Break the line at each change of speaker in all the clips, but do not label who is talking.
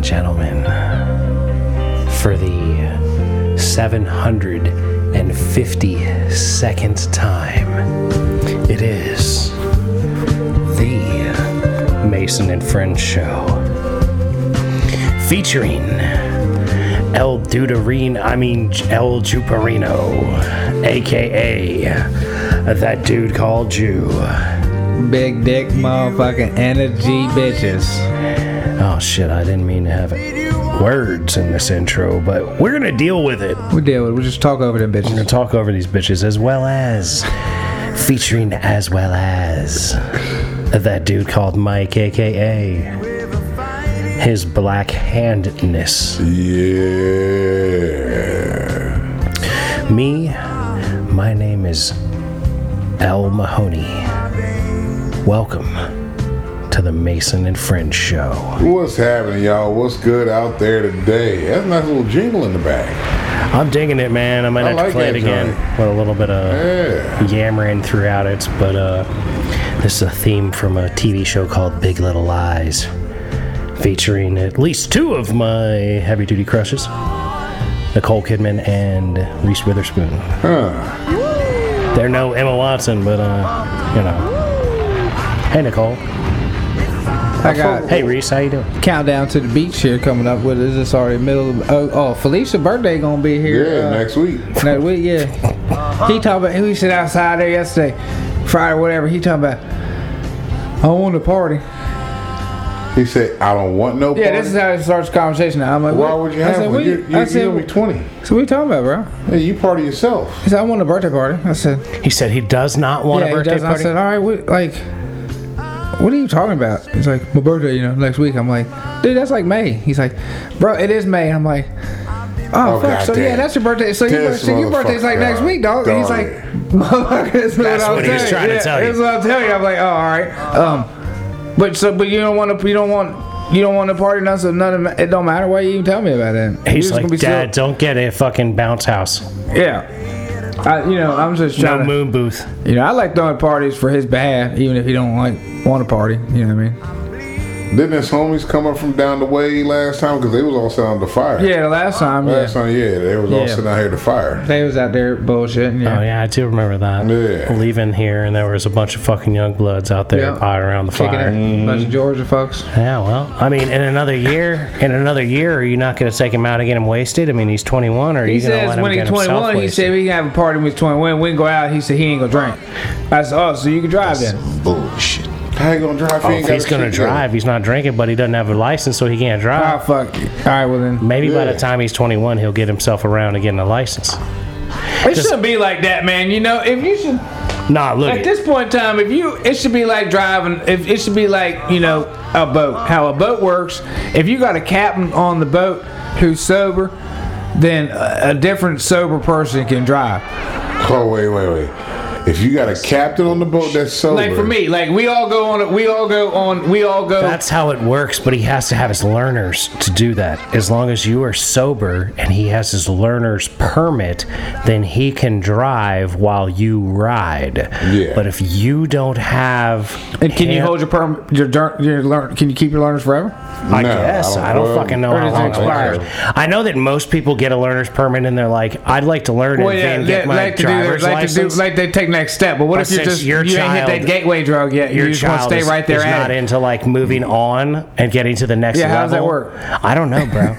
gentlemen, for the 752nd time, it is the Mason and Friends Show featuring El Duderine, I mean El Juperino, aka that dude called you.
Big dick motherfucking energy bitches.
Oh shit, I didn't mean to have it. words in this intro, but we're gonna deal with it. We're
We deal with it. We just talk over them bitches.
gonna talk over these bitches as well as featuring as well as that dude called Mike aka his black handedness.
Yeah.
Me, my name is Al Mahoney. Welcome to the Mason and Friends show.
What's happening, y'all? What's good out there today? That's a nice little jingle in the back.
I'm digging it, man. I might
I
have to
like
play it
that
again
joint.
with a little bit of
Yeah.
yammering throughout it, but uh, this is a theme from a TV show called Big Little Lies, featuring at least two of my heavy duty crushes Nicole Kidman and Reese Witherspoon.
Huh.
They're no Emma Watson, but uh, you know. Hey, Nicole.
I got
Hey, Reese, how you doing?
countdown to the beach here coming up. What is this already? Middle of oh, oh Felicia birthday gonna be here.
Yeah,
uh,
next week.
next week. Yeah. He talking about we sit outside there yesterday, Friday whatever. He talking about I want a party.
He said, I don't want no
Yeah,
party.
this is how it starts the conversation. Now. I'm like,
Why
what?
would you
I
have
said,
one?
what
You're,
you-
you're,
I said,
you're only 20.
so what you talking about, bro?
Hey, you party yourself.
He said, I want a birthday party. I said,
He said he does not want
yeah,
a
he
birthday
does. I
party.
said, all right, what, like, what are you talking about? He's like, my birthday, you know, next week. I'm like, dude, that's like May. He's like, bro, it is May. And I'm like, oh,
Oh,
fuck.
God
so yeah,
damn.
that's your birthday. So, your,
This
so your birthday's like
motherfucker,
next week, dog. And he's
darn
like,
it.
motherfucker,
That's
that's, what, I
what he
was telling
was
you.
trying to
Yeah,
tell you.
That's what I'm telling you. I'm like, oh, all right. Um, but so, but you don't want to, you don't want, you don't want to party none. So none of ma- it don't matter. Why you even tell me about that? You're
He's
just
like,
gonna be still-
Dad, don't get a fucking bounce house.
yeah. I, you know, I'm just
No
trying to.
moon booth.
You know, I like throwing parties for his behalf, even if he don't like want a party. You know what I mean?
Didn't his homies come up from down the way last time? Because they was all sitting on the fire.
Yeah, the last time,
Last
yeah,
time, yeah, they was all
Yeah.
sitting out here at the fire.
they was out there bullshitting.
Oh
Yeah,
yeah, I do remember that.
Yeah.
Leaving here, and there was a bunch of fucking young bloods out there
Yeah.
potting around the
kicking
fire.
it, bunch of Georgia folks.
Yeah, well, I mean, in another year, in another year, are you not going to take him out and get him wasted? I mean, he's 21, or are
He
you going to
says
let him
when he's
get himself
21, he
wasted?
said we can have a party when he's 21. We can go out. He said he ain't gonna drink. I said, oh, so you can drive then?
Bullshit. How you gonna drive? if
Oh,
you
if
ain't got
he's
a
going to
shit together?
drive, he's not drinking, but he doesn't have a license, so he can't
Oh
drive.
fuck! All right, well then,
Maybe by the
yeah.
time he's 21, he'll get himself around and getting a license.
it shouldn't be like that, man. You know, if you should.
Nah, look,
At
it-
this point in time, if you, it should be like driving. If it should be like you know a boat, how a boat works. If you got a captain on the boat who's sober, then a, a different sober person can drive.
Oh wait, wait, wait. If you got a captain on the boat that's sober,
Like for me, like we all go on. a- We all go on. We all go.
that's how it works. But he has to have his learners to do that. As long as you are sober and he has his learner's permit, then he can drive while you ride.
Yeah.
But if you don't have,
and can you
hand-
hold your perm? Your, dur- your learn? Can you keep your learners forever?
I
No,
guess. I don't,
well,
fucking know
Or
how
does it
long it
expire?
expires. I know that most people get a learner's permit and they're like, I'd like to learn and then get
they-
my
like to do, their-
driver's
like to do,
license.
like they take next step. But what
But
if you
since
just you
your
ain't hit
child-
that gateway drug yet?
your
you just want
child
to stay
is,
right there
is
at
not
it.
into like moving on and getting to the next
Yeah,
level.
how does that work?
I don't know, bro.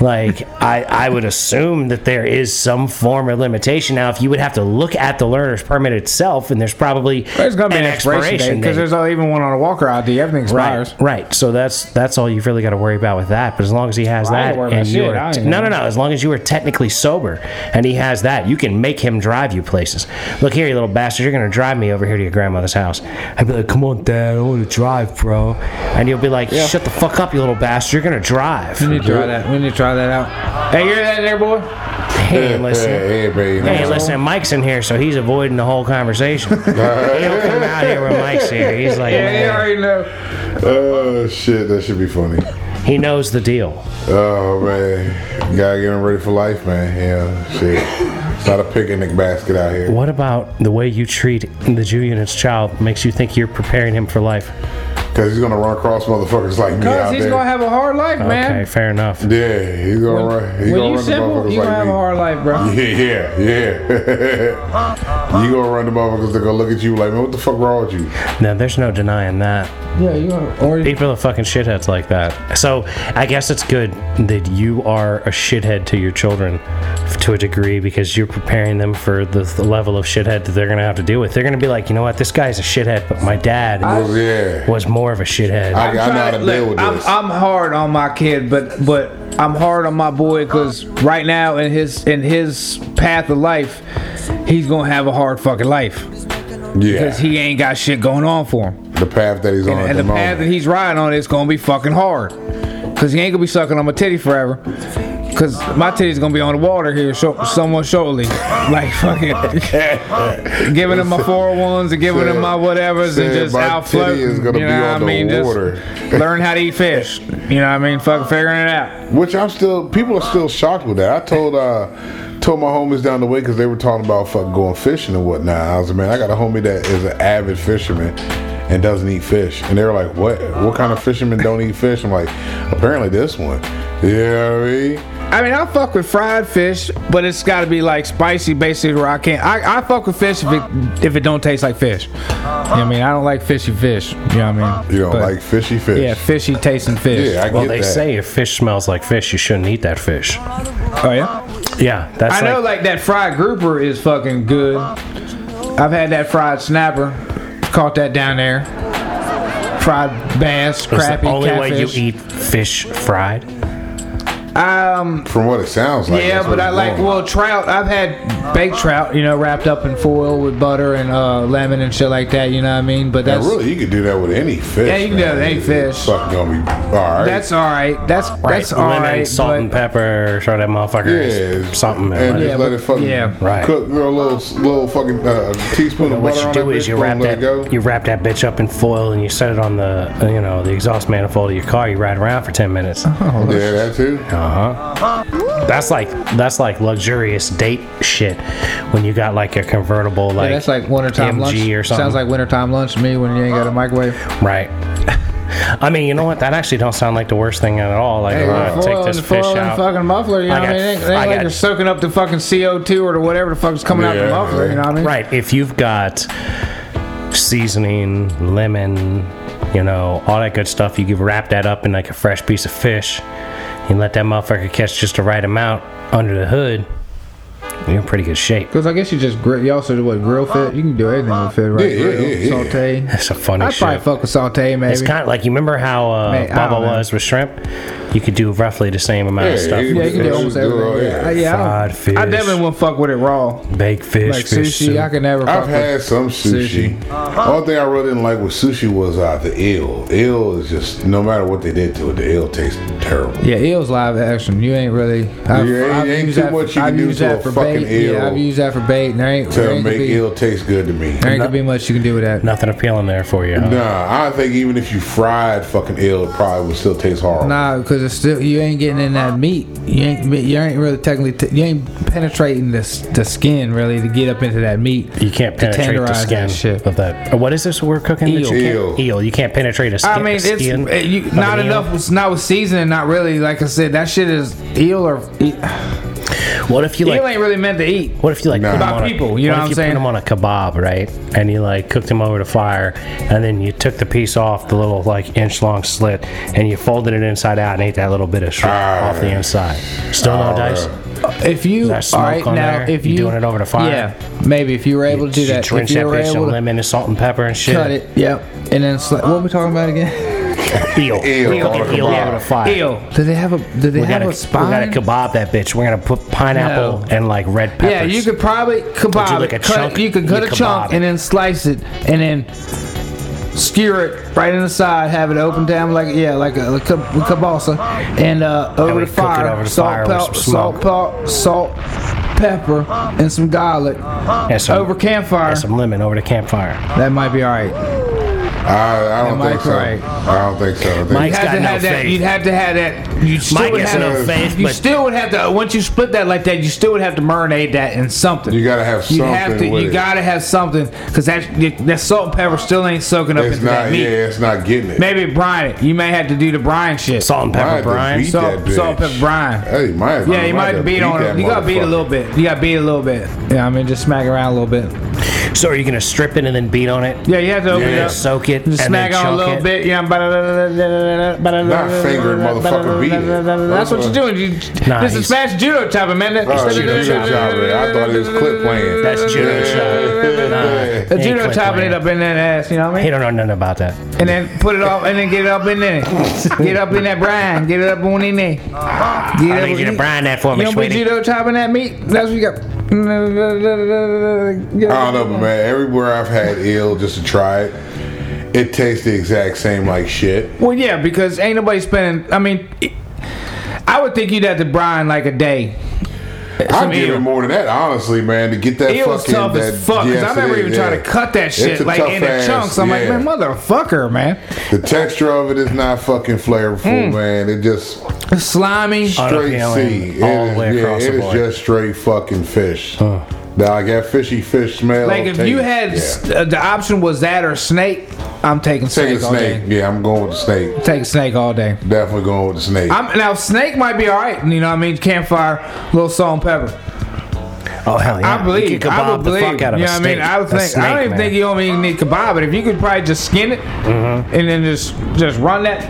like I, I would assume that there is some form of limitation. Now, if you would have to look at the learner's permit itself, and there's probably
There's gonna be an,
an
expiration
expiration
because
date.
there's not even one on a Walker ID. Everything expires.
Right, right. So that's that's all you've really got to worry about with that. But as long as he has
Well, I ain't
that,
worried
and
about
you
shit. I
are
ain't
t- no, no,
worried.
no. As long as you are technically sober, and he has that, you can make him drive you places. Look here, you little bastard. You're gonna drive me over here to your grandmother's house. I'd be like, "Come on, Dad, I want to drive, bro." And you'll be like, "Shut the fuck up, you little bastard. You're gonna drive."
We need to try that. We need to try that out. Hey, you hear that there, boy?
Hey, listen.
Hey, hey, baby.
Hey, listen, Mike's in here, so he's avoiding the whole conversation. he don't come out here when Mike's here. He's like,
Yeah, you
"Man,"
already know.
Oh shit, that should be funny.
he knows the deal.
Oh man, gotta get him ready for life, man. Yeah, shit. It's not a picnic basket out here.
What about the way you treat the Jew unit's child makes you think you're preparing him for life?
Because he's gonna run across motherfuckers like me
Cause
out
he's
there.
gonna have a hard life,
Okay,
man.
fair enough.
yeah, he's gonna run.
When
He's gonna
you
run the
simple,
motherfuckers
you gonna
like
have a
me.
hard life, bro.
Yeah, yeah, yeah. you gonna run the motherfuckers that gonna look at you like, man, what the fuck wrong with you?
No, there's no denying that.
Yeah, you gonna or
People are fucking shitheads like that. So I guess it's good that you are a shithead to your children f- to a degree because you're preparing them for the, the level of shithead that they're gonna have to deal with. They're gonna be like, you know what, this guy's a shithead, but my dad
Well, yeah.
was more of a shithead.
I, I know how
trying
to
look,
deal with
I'm,
this.
I'm hard on my kid, but but I'm hard on my boy because right now in his in his path of life, he's gonna have a hard fucking life
yeah.
because he ain't got shit going on for him,
the path that he's on at
and
the,
the path that
moment.
he's riding on is gonna be fucking hard because he ain't gonna be sucking on my titty forever. Cause my titty's gonna be on the water here, so, someone shortly, like fucking giving him my four oh ones and giving him my whatevers and
Said
just
my
out
titty
floating.
is gonna
you know
be
what
on
I
the
mean? Just
water.
learn how to eat fish. You know what I mean? Fucking figuring it out.
Which I'm still, people are still shocked with that. I told, uh, told my homies down the way because they were talking about fucking going fishing and whatnot. I was like, man, I got a homie that is an avid fisherman and doesn't eat fish. And they were like, what? What kind of fisherman don't eat fish? I'm like, apparently this one. You know what I mean?
I mean, I fuck with fried fish, but it's got to be like spicy, basically. Where I can't, I, I fuck with fish if it if it don't taste like fish. You know what I mean, I don't like fishy fish. You know what I mean?
You don't
But,
like fishy fish.
Yeah, fishy tasting fish.
Yeah, I
well,
get
they
that.
say if fish smells like fish, you shouldn't eat that fish.
oh yeah.
Yeah, that's
I
like,
know, like that fried grouper is fucking good. I've had that fried snapper. Caught that down there. Fried bass,
it's
crappie,
the only way you
catfish.
eat fish fried.
Um,
From what it sounds like.
yeah,
that's
but
what
I
it's
like
going.
well trout. I've had baked trout, you know, wrapped up in foil with butter and uh, lemon and shit like that. You know what I mean? But
Now,
that's
really, you could do that with any fish.
Yeah, you can do that
man.
with any
It's
fish.
Fucking gonna be all right.
that's all right. That's that's all
Lemon,
right.
salt, and
but-
pepper. Throw that motherfucker.
Yeah,
something.
and
in
just
it.
Yeah,
let
but-
it fucking
yeah.
Right.
cook. Throw a little, little fucking uh, teaspoon of
What
butter
you
on
do
that
is
bitch,
you
boom,
wrap
let
that
it go.
you wrap that bitch up in foil and you set it on the uh, you know the exhaust manifold of your car. You ride around for ten minutes.
Uh-huh.
Uh
yeah, that too.
huh. That's like that's like luxurious date shit when you got like a convertible like
yeah, that's like wintertime
MG
lunch.
or something.
Sounds like wintertime lunch to me when you ain't got a microwave.
right. I mean, you know what? That actually don't sound like the worst thing at all. Like, I'm
Hey, the
gonna
foil
take
and
this
the foil
fish
and the
out.
fucking muffler, you know
I
what I
got-
mean? It ain't, it ain't
I
like
got-
you're soaking up the fucking CO2 or whatever the fuck's coming out the
Yeah,
muffler, you know what I mean?
Right. If you've got seasoning, lemon, you know, all that good stuff, you can wrap that up in like a fresh piece of fish and let that motherfucker catch just the right amount under the hood, you're in pretty good shape.
Because I guess you just grill, you also do what, grill fit? You can do anything with fit, right?
Yeah, yeah,
Grill,
yeah, yeah.
Saute.
That's a funny
I'd probably
shit.
fuck with saute, maybe.
It's kind of like you remember how uh,
Man, I
Bubba
don't know.
was with shrimp? You could do roughly the same amount of
Yeah,
stuff.
you-
yeah, you can do almost
Yeah,
everything. Yeah,
yeah.
yeah, I
Fried
don't-
fish,
I definitely wouldn't fuck with it raw.
baked fish,
Like
fish
sushi, I
soup.
could never
I've
fuck with
had some sushi.
Uh-huh.
Only thing I really didn't like with sushi was uh, the eel. Eel is just no matter what they did to it, the eel tasted terrible.
Yeah, eel's live action. You ain't really. I've,
Yeah, ain't-
I've
ain't
used
too
that
much
for,
you
I've
can do
used
to
that
a
for
fucking
bait.
eel.
Yeah, I've used that for bait, and there ain't, there
To
ain't,
make
could be,
eel taste good to me.
there ain't gonna be much you can do with that.
Nothing appealing there for you. huh?
Nah, I think even if you fried fucking eel, it probably would still taste horrible.
Nah, because it's still you ain't getting in that meat. You ain't you ain't really technically t- you ain't penetrating the s- the skin really to get up into that meat.
You can't
To
penetrate the
tenderize
skin
that shit.
of that. Oh, What is this we're cooking? that you
Eel.
can't- Eel. You can't penetrate a skin.
I mean, it's
skin
uh, you,
of
not
an eel?
enough. It's not with seasoning. Not really. Like I said, that shit is eel or e-
What if you
eel
like?
ain't really meant to eat.
What if you like
Nah.
put 'em
By
on a-
people, you know
what
what
if
I'm
you
saying?
put them on a kebab, right? And you like cooked them over the fire, and then you took the piece off the little like inch long slit, and you folded it inside out and ate that little bit of shrimp
Ah.
off the inside. Still no dice.
If you
that smoke
all right
on
now,
there?
if
You
you
doing it over the fire?
yeah, maybe if you were able to do
You
that,
drench
if
that
you were
bitch in
able to
lemon and salt and pepper and shit.
cut it, yep, and then sli- what are we talking about again?
Eel.
Eel
We're
on a
cooking eel
kebab.
over the fire.
Eel. Do they have a? Do they
We
have
gotta,
a
we gotta
spine?
kebab that bitch. We're gonna put pineapple
No.
and like red peppers.
Yeah, you could probably
do
kebab
like a
it. Cut
chunk,
it. You could cut
you
a chunk
kebab it.
and then slice it, and then skewer it right in the side. Have it open down like yeah, like a, like a kielbasa, and uh, over
we
the
cook it
fire,
over the
salt,
fire with
pep-
some
salt,
smoke.
pep- salt, pepper, and some garlic
and some,
over campfire.
and some lemon over the campfire.
that might be all right.
I, I don't
Am I
think so.
correct?
I don't think so. I think
Mike's
You'd have
got
to
no
have that.
faith.
You'd have to have that. You still
Mike
would
has
have
no
to-
faith,
You
but-
still would have to. Once you split that like that, you still would have to marinate that in something.
You gotta have
You have to.
something with
you
it.
gotta have something because that that salt and pepper still ain't soaking up
it's
into
not.
that meat.
Yeah, it's not getting it.
Maybe brine it. You may have to do the brine shit.
Salt and pepper,
Might
Brian.
have to beat
Salt-
that bitch.
salt, pepper, brine.
Hey, might have-
yeah, you might
have to
beat on
that
it. You gotta beat a
motherfucker.
little bit. You gotta beat a little bit. Yeah, I mean just smack around a little bit.
So are you gonna strip it and then beat on it?
Yeah, you have to open it
Yeah.
up.
Soak it
Just
and then
smack on a
chunk
little
it.
bit, yeah. Not
Not fingering, motherfucker, beat it.
That's what you're doing. You,
Nah,
This
he's-
is fast judo chopping, man. That,
Oh, judo chopping. I thought it was clip playing.
That's judo
Yeah.
chopping. Nah.
The
Ain't
judo
clip
chopping
playing.
it up in that ass, you know what I
He
mean?
don't know nothing about that.
And then put it off, and then get it up in there. Get up in that brine. Get it up on in there. Get
I
Uh-huh.
up-
need you to brine that for
You
me,
don't be
sweetie.
judo chopping that meat? That's what you got.
I don't know, but man. Everywhere I've had eel just to try it, it tastes the exact same like shit.
Well, yeah, because ain't nobody spending. I mean, I would think you'd have to brine like a day.
I'd give
eel.
it more than that, honestly, man. To get that
It was
fucking
tough
that,
as fuck. 'cause
yes,
I
it
remember
is,
even
yeah.
trying to cut that shit
It's a
like
tough
in the
ass,
chunks. I'm like,
yeah.
man, motherfucker, man,
The texture of it is not fucking flavorful,
Mm.
man. It just
Oh,
It's slimy.
straight
Unappealing
sea.
all
it
the
is,
way across
yeah, it
the
is
board.
just straight fucking fish. Now I got fishy fish smell.
like if you
taste.
had
yeah.
s- uh, the option was that or snake, I'm taking
take
snake,
a
all
snake,
day.
yeah, I'm going with the snake.
Take snake all day.
Definitely going with the snake.
I'm, now snake might be all right. You know, what I mean, campfire, little salt and pepper.
Oh hell yeah!
I believe.
You could
I
kebab
would
the
believe.
fuck out of
you
a
know what I
steak.
mean? I would
A
think. I
snake,
don't even
man. Mm-hmm.
think you don't even need kebab, but if you could probably just skin it and then just just run that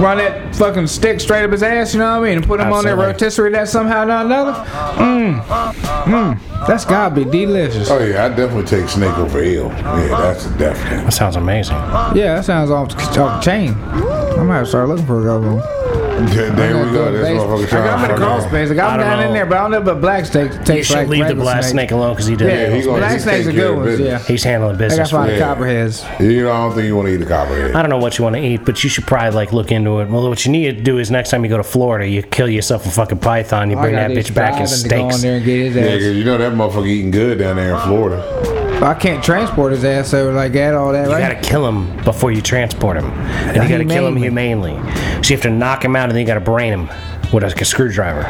run that fucking stick straight up his ass. You know what I mean? And put him on that
Absolutely.
rotisserie that somehow or another. Mmm, mmm. That's gotta be delicious.
oh yeah, I definitely take snake over eel. Yeah, that's a definite.
That sounds amazing.
Yeah, that sounds off, off the chain. I might have to start looking for a couple.
There, there we go. This motherfucker
I got
trying
him in
to
the crawl
fuck around.
space. I got
I
him
don't
down in
know.
there, but I don't know about black steak
You
tastes
should
like
leave the
regular
black snake, alone because he did.
Yeah,
Yeah, he gonna-
black
he
snake's are
take care
good
of
ones. Yeah,
business.
He's handling
I
business.
got
for
five
you.
Yeah.
copperheads.
You know, I don't think you want to eat a copperhead.
I don't know what you want to eat, but you should probably like look into it. Well, what you need to do is next time you go to Florida, you kill yourself a fucking python, you
I
bring
got
that
these
bitch back in
driving to go
steaks.
in there and get his
Yeah,
ass.
'cause you know that motherfucker eating good down there in Florida.
I can't transport his ass over like that, all that,
You
right?
gotta kill him before you transport him, and you gotta kill him humanely. So you have to knock him out, and then you gotta brain him with a, screwdriver.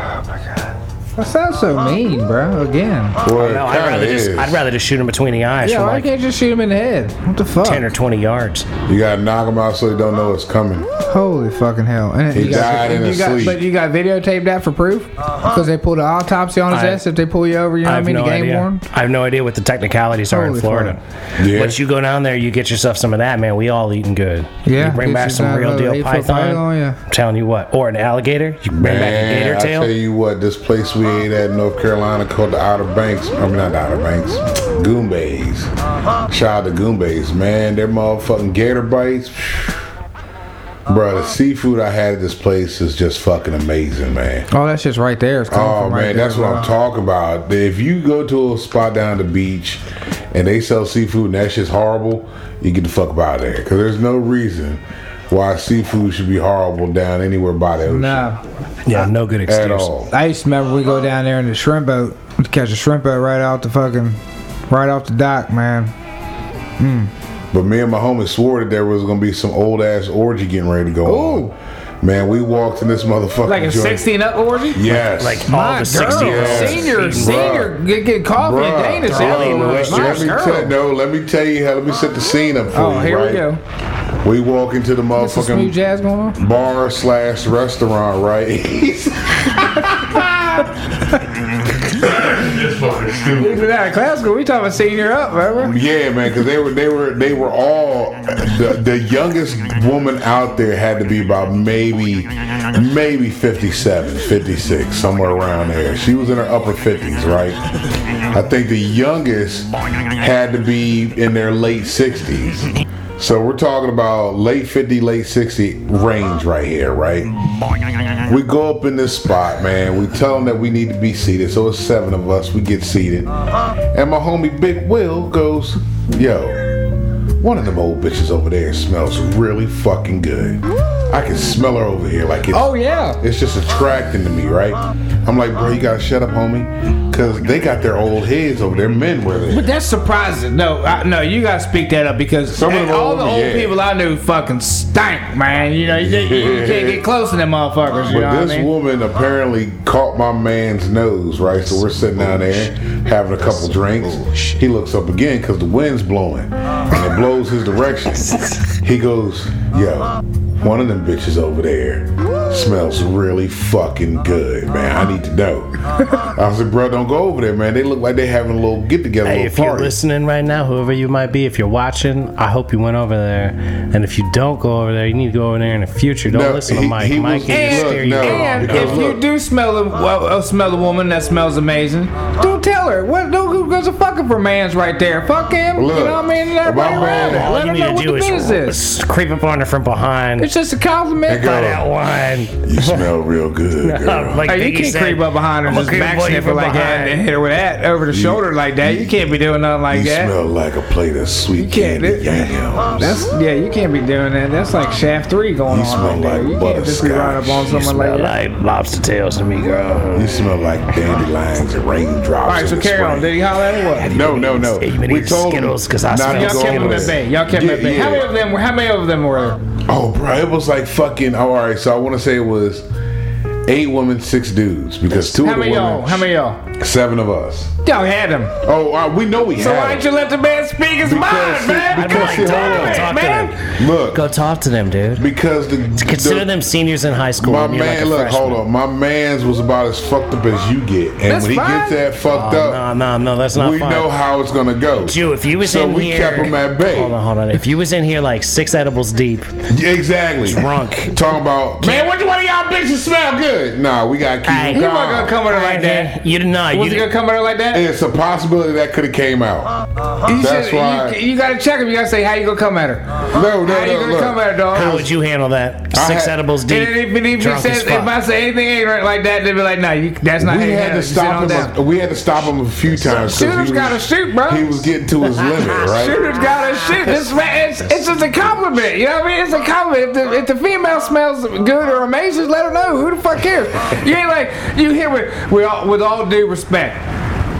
That sounds so mean, bro. Again.
Well,
No,
it
I'd
kinda
rather just
is.
I'd rather just shoot him between the eyes
Yeah,
from
why
like
can't you just shoot him in the head? What the fuck?
ten or twenty yards.
You gotta knock him out so they don't know it's coming.
Holy fucking hell! And
He died in
you
his
got,
sleep.
But you got videotaped that for proof because they pulled an autopsy on his
Uh-huh. I-
ass. If they pull you over, you know
I
what I
have
mean.
no
the game
idea.
warden.
I have no idea what the technicalities are in
Holy
Florida.
Yeah.
But you go down there, you get yourself some of that, man. We all eating good.
Yeah,
you bring
get
back
you
some
that
real
little
deal
eight-foot
python.
python, yeah.
I'm telling you what, or an alligator. You bring back a gator
Man, I
tail.
tell you what, this place we ate at in North Carolina called the Outer Banks. I mean, not the Outer Banks, Goombays. Shout out to Goombays, man. Their motherfucking gator bites. Bro, the seafood I had at this place is just fucking amazing, man.
Oh, that shit's right there. It's coming
Oh
from
man,
right there,
that's what I'm
bro.
talking about. If you go to a spot down the beach and they sell seafood and that shit's horrible, you get the fuck up out of there because there's no reason why seafood should be horrible down anywhere by the ocean
Nah,
yeah, no good excuse.
at all.
I used to remember we go down there in the shrimp boat to catch a shrimp boat right off the fucking, right off the dock, man.
But me and my homie swore that there was gonna be some old ass orgy getting ready to go
Ooh.
on. Man, we walked in this motherfucking
Like a
joint.
16 up orgy.
Yes.
Like
Bruh.
all the sixty year olds.
senior, senior, get, get coffee and Danish.
Throw in
Oh, my
oysters.
Let me
girl.
tell, no, let me tell you how. Let me set the scene up for
Oh,
you.
here we
right?
go.
We walk into the
That's some smooth
motherfucking
jazz going on.
bar slash restaurant, right? Mm.
We're not in classical. We talking about senior up, remember?
yeah, man, because they were they were they were all the, the youngest woman out there had to be about maybe maybe 57, 56, somewhere around there. She was in her upper fifties, right? I think the youngest had to be in their late sixties. So we're talking about late 50, late 60 range right here, right? We go up in this spot, man. We tell them that we need to be seated. So it's seven of us. We get seated. And my homie Big Will goes, Yo, one of them old bitches over there smells really fucking good. I can smell her over here. Like it's,
Oh yeah.
it's just attracting to me, right? I'm like, bro, you gotta shut up, homie, because they got their old heads over there. Men where they.
But that's surprising. No, I, no, you gotta speak that up because
Some of
hey,
them
all the
old-
old
yeah.
people I knew fucking stank, man. You know, you, you- you can't get close to them motherfuckers. You know
But
what
this
I mean?
woman apparently caught my man's nose, right? So we're sitting down there having a couple drinks. He looks up again because the wind's blowing and it blows his direction. He goes, Yo, one of them bitches over there smells really fucking good, man. I need to know. I said, Bro, don't go over there, man. They look like they're having a little get together,
Hey,
little
if you're
party.
listening right now, whoever you might be, if you're watching, I hope you went over there. And if you don't go over there, you need to go over there in the future. Don't
No,
listen to
he-
Mike.
he
Mike
was-
can just
look,
steer you
no,
wrong.
And
because
if you
look-
do smell a well, uh, smell a woman that smells amazing, don't tell her. What? Don't who goes a fucking for man's right there. Fuck him. you
Look,
know what I mean? Let,
my
her
man-
around.
all
Let
All you
her
need
know
to
what
do
the business is.
is creep up on her from behind.
It's just a compliment.
Hey, girl.
Buy that wine.
You smell real good, girl.
Like
Hey, you
Biggie
can't
said,
creep up behind her
"I'ma
and just
creep
back
up on you
sniffer
from
like that and
behind."
hit her with that over the shoulder like that. You can't be doing nothing like
You
that.
smell like a plate of sweet
can't
candy
do-
yams.
That's yeah, you can't be doing that. That's like Shaft Three going
You
on.
smell
right there.
like
you can't just be right up on
butterscotch. You
someone like that.
like lobster tails to me,
You
girl.
smell like dandelions and raindrops.
All right,
in
so
the
carry on.
spring.
Did he holler at her? What?
No, no, no.
Hey, you been
we
eating
told
Skittles
him
'cause I
not
smell
to
Y'all
Y'all
go
kept
kept
him
over
at
there.
bay. Y'all kept him
Yeah,
at bay.
yeah.
How many of them were? How many of them were there?
Oh, bro, it was like fucking. All right, so I want to say it was eight women, six dudes, because two
How
of the
many
women,
y'all? How many y'all?
seven of us.
Y'all had him.
Oh, uh, we know we
So why
had.
didn't you let the man speak his
Because-
mind, man?
because-
God
hold
damn
on.
it,
Talk to
man.
you? Look,
Go talk to them, dude.
because the
Consider
the-
them seniors in high school.
My
and you're like
man,
a
look,
freshman.
hold on. My man's was about as fucked up as you get, and
That's
when he
fine.
gets that fucked
Oh,
up,
no, no, no, that's not
we
fine.
know how it's gonna go.
Dude, if you was
so
in
we
here,
kept him at bay.
Hold on, hold on. If you was in here like six edibles deep,
Yeah, Exactly.
Drunk.
Talking about man, which one of y'all bitches smell good? Nah, we gotta keep
Hey.
him
He wasn't gonna
calm.
come at her like that.
you did not.
Was he
You,
gonna come at her like that?
It's a possibility that could have came out.
You
That's
should- you-
why-
You gotta check him. You gotta say how you gonna come at her.
No, no,
Uh, How you
no.
gonna
look.
come at her, dog?
how would you handle that?
I
Six
had-
edibles deep.
And if, if, if,
drunk as
says, if I
fuck.
say anything ignorant like that, they'd be like, "No, you, that's not." how
we
you
had
handle
to
it. You sit on
stop him.
down.
A, we had to stop him a few times. 'cause he
Shooters
was-
gotta shoot, bro.
He was getting to his limit, right?
Shooters gotta shoot. This man, it's, it's just a compliment. You know what I mean? It's a compliment. If the, if the female smells good or amazing, let her know. Who the fuck cares? You ain't like you here with with all, with all due respect.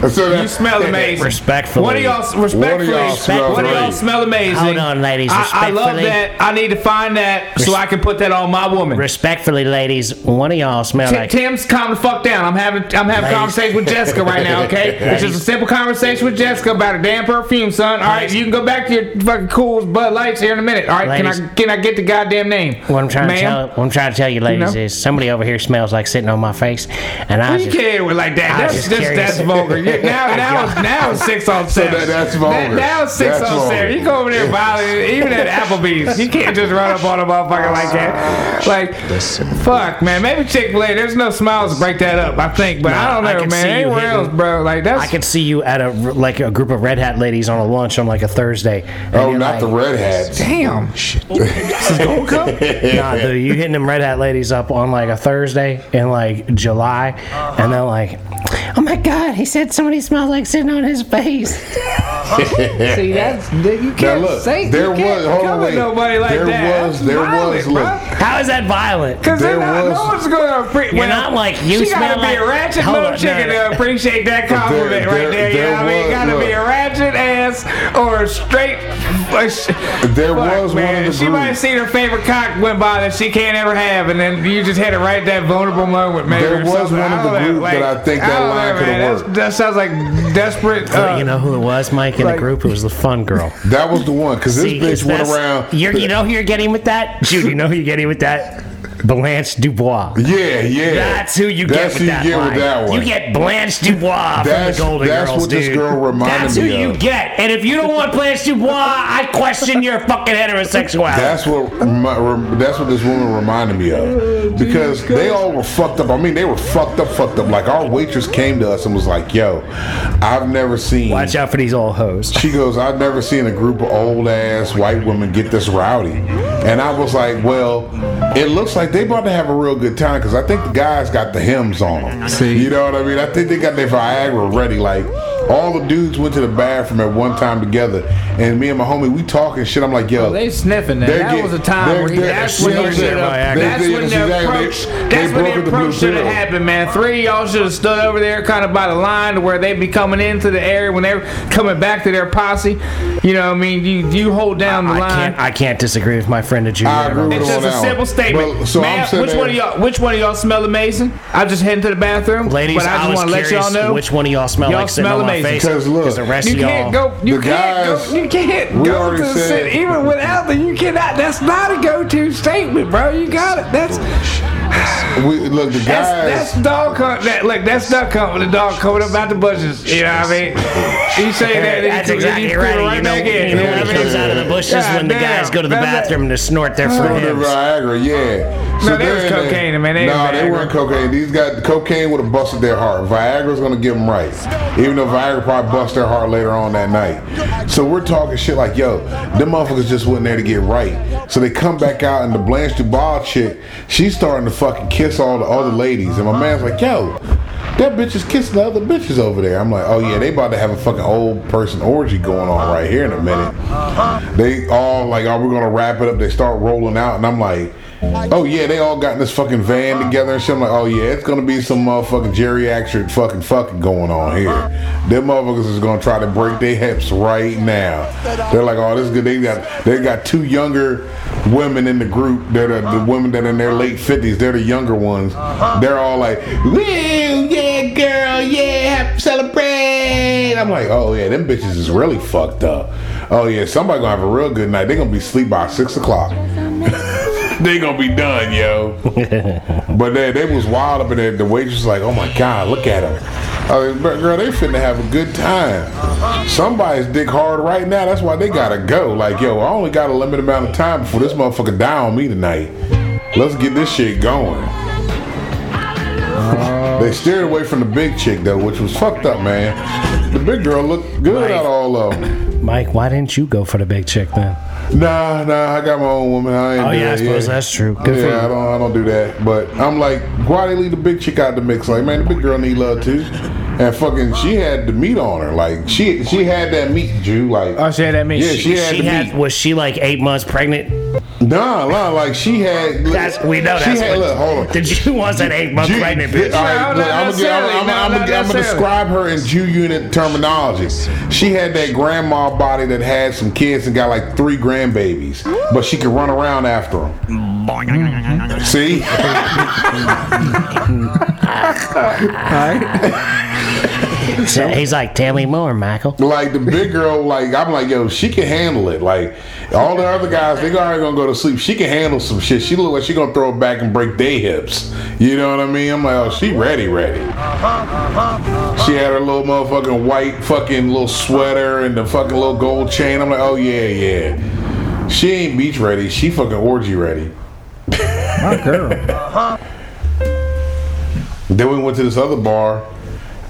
So that-
You smell amazing.
Respectfully.
What do y'all respectfully?
What do y'all smell
What do y'all
great?
smell amazing?
Hold on, ladies,
I, I love
respectfully.
that. I need to find that so I can put that on my woman.
Respectfully, ladies, one of y'all smell
Tim,
like.
Tim's calm the fuck down. I'm having I'm having a
Ladies.
conversation with Jessica right now, okay? It's just a simple conversation with Jessica about a damn perfume, son. All right,
Ladies.
you can go back to your fucking cool Bud Lights here in a minute. All right, can
Ladies.
I can I get the goddamn name?
What I'm trying to tell,
Ma'am?
what I'm trying to tell you, ladies,
know?
is somebody over here smells like sitting on my face, and I
You
just,
can't with like that.
I
That's
was just
that's, that's
curious.
vulgar. You, now now it's now it's six on seven.
that- that's vulgar.
now it's six
That's
on
vulgar.
seven. You go over there violent, even at Applebee's. You can't just run up on a motherfucker like that. Like, fuck, man. Maybe Chick Fil A. There's no smiles to break that up. I think, but I don't
I
know,
can
man.
see you
Anywhere
hitting-
else, bro. Like that's
I could see you at a like a group of red hat ladies on a lunch on like a Thursday. and
Oh,
you're
not
like,
the red hats.
damn.
Nah, Uh, dude, you hitting them red hat ladies up on like a Thursday in like July, and they're like, "Oh my God, he said somebody smells like sitting on his face."
See, that's you
Now
can't
look,
say
there
you can't
was hold
come
on,
at
wait.
nobody like
there
that.
was,
That's
there
violent,
was,
bro.
look.
How is that violent?
Cause
There
they're not,
was-
no one's gonna appreciate.
You're not like, you
She gotta
smell
be a
like-
ratchet
Hold
little
on, no,
chicken
no.
to appreciate that
But there-
compliment
there-
right there. You know
there
what I mean?
was-
You gotta be
look.
a ratchet ass or a straight.
There
Fuck,
was one
man.
of the
she might have
groups.
seen her favorite cock went by that she can't ever have, and then you just hit it right at that vulnerable moment. Maybe or
There was
something.
one of
I
the
don't know,
groups that I think that
don't know,
line could've
man. That's-
worked.
That sounds like desperate. Uh,
you know who it was, Mike, in
like-
the group. It was the fun girl.
That was the one because
See,
this
it's
bitch went
that's-
around.
You're, you know who you're getting with that, Jude. You know who you're getting with that, Blanche Dubois.
Yeah, yeah.
That's who you
That's
get with
who you
that
get with
line.
that one.
You get Blanche Dubois
That's-
from the Golden
that's
Girls,
what
dude.
this girl reminded
That's who
me
you
of.
get. And if you don't want Blanche Dubois, I question your fucking heterosexuality.
That's what my, rem- that's what this woman reminded me of because they all were fucked up. I mean, they were fucked up, fucked up. Like our waitress came to us and was like, "Yo, I've never seen."
Watch out for these old hoes.
She goes, "I've never seen a group of old ass white women get this rowdy," and I was like, "Well, it looks like they about to have a real good time because I think the guys got the hems on them.
See.
you know what I mean? I think they got their Viagra ready. Like all the dudes went to the bathroom at one time together, and And me and my homie, we talking shit. I'm like, yo,
They sniffing that.
They're
That
get-
was a time
they're-
where he,
they're-
that's when
they're-
they should
they're-
have. That's
they're-
when
they're-
the
they-
approach.
they
That's when
broke
the
the blue
approach should have
pill.
happened, man. Three of y'all should have stood over there, kind of by the line, to where they be coming into the area when they're coming back to their posse. You know, what I mean, you you hold down the
I
line.
can't. I can't disagree with my friend that you.
I agree with
It's
Hold
just a
on now.
simple statement.
Well, so I'm
Ma'am,
sitting
which one of
there-
y'all? Which one of y'all smell amazing? I just headed to the bathroom,
Ladies,
But I
I,
just
was
want to let
curious
y'all know
which one of y'all smell
y'all
like sitting
smell
on my
amazing.
face.
'Cause look,
the rest
you
of y'all,
can't go. You
The
can't
guys-
go. You can't
we
go
already
to the
said-
city even without the. You cannot. That's not a go-to statement, bro. You got it. That's
we, look, the guys.
that's, that's dog. Com- that, look, that's not coming. The dog coming about the bushes. You know what I mean? You say that. and
That's
you- and
exactly
you
right.
feel
You know,
back in,
you know when
what I
he
mean?
comes out of the bushes
God
when the guys
damn.
go to the
That's that-
bathroom to snort their
Oh,
front
the
ends.
Viagra, yeah.
No, they was
they're in
cocaine,
there.
man. They
no,
was
they
Viagra.
weren't cocaine. These got cocaine would have busted their heart. Viagra's gonna get them right, even though Viagra probably bust their heart later on that night. So we're talking shit like, yo, them motherfuckers just went there to get right. So they come back out, and the Blanche Duval chick, she's starting to fucking kiss all the other ladies, and my man's like, yo. That bitch is kissing the other bitches over there. I'm like, oh yeah, they about to have a fucking old person orgy going on right here in a minute. They all like, oh, we're gonna wrap it up. They start rolling out, and I'm like, oh yeah, they all got in this fucking van together and shit. I'm like, oh yeah, it's gonna be some motherfucking geriatric fucking fucking going on here. Them motherfuckers is gonna try to break their hips right now. They're like, oh, this is good. They got they got two younger women in the group. They're the, the women that are in their late fifties. They're the younger ones. They're all like, woo, yeah, girl, yeah, celebrate. I'm like, oh yeah, them bitches is really fucked up. Oh yeah, somebody gonna have a real good night. They gonna be sleep by six o'clock they gonna be done, yo. but they, they was wild up in there. The waitress was like, oh my god, look at her. I was like, "Bro- girl, they finna have a good time. Somebody's dick hard right now. That's why they gotta go. Like, yo, I only got a limited amount of time before this motherfucker die on me tonight. Let's get this shit going. They steered away from the big chick though, which was fucked up, man. The big girl looked good out of all of them.
Mike, why didn't you go for the big chick then?
Nah, nah, I got my own woman. I ain't
Oh
do
yeah, I
that
suppose
yet.
that's true. Good for you.
yeah, I don't, I don't do that. But I'm like, why they leave the big chick out the mix? Like, man, the big girl need love too. And fucking, she had the meat on her. Like, she she had that meat, Jew. Like,
Oh, shit, that means
yeah, she had
She
the
had
meat.
was she like eight months pregnant?
Nah, nah, like she had. look,
That's we know
She
that's
had.
what
look, hold on.
The Jew was an eight month
Ju-
pregnant
Ju-
bitch.
all right,
No, not
look, I'm gonna-
necessarily.
I'm gonna- I'm
No, not
gonna I'm gonna
necessarily.
describe her in Jew unit terminology. She had that grandma body that had some kids and got like three grandbabies, but she could run around after them. See.
So he's like, tell me more, Michael.
Like the big girl, like I'm like, yo, she can handle it. Like all the other guys, they already gonna go to sleep. She can handle some shit. She look like she gonna throw it back and break their hips. You know what I mean? I'm like, oh, she ready, ready. She had her little motherfucking white fucking little sweater and the fucking little gold chain. I'm like, oh yeah, yeah. She ain't beach ready. She fucking orgy ready.
my girl.
Then we went to this other bar,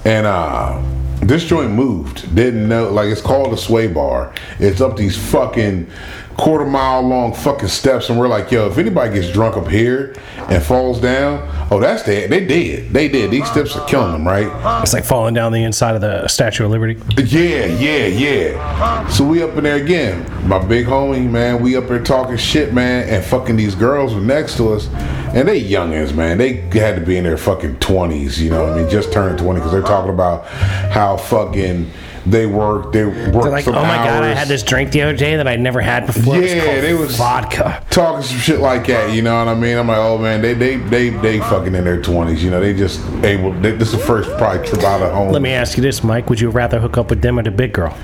and uh, this joint moved. Didn't know, like it's called a sway bar. It's up these fucking quarter mile long fucking steps, and we're like, yo, if anybody gets drunk up here and falls down, oh, that's dead. They did. They did. These steps are killing them, right?
It's like falling down the inside of the Statue of Liberty.
Yeah, yeah, yeah. So we up in there again. My big homie, man, we up there talking shit, man, and fucking these girls were next to us. And they youngins, man. They had to be in their fucking 20s, you know what I mean? Just turned 20 because they're talking about how fucking they work. They work
They're like, oh
some
my god, I
hours."
had this drink the other day that I never had before. It
Yeah,
called
they was-
vodka.
talking some shit like that. You know what I mean? I'm like, oh man, they they they they fucking in their 20s. You know, they just able. They, this is the first probably trip out of home.
Let me ask you this, Mike: Would you rather hook up with them or the big girl?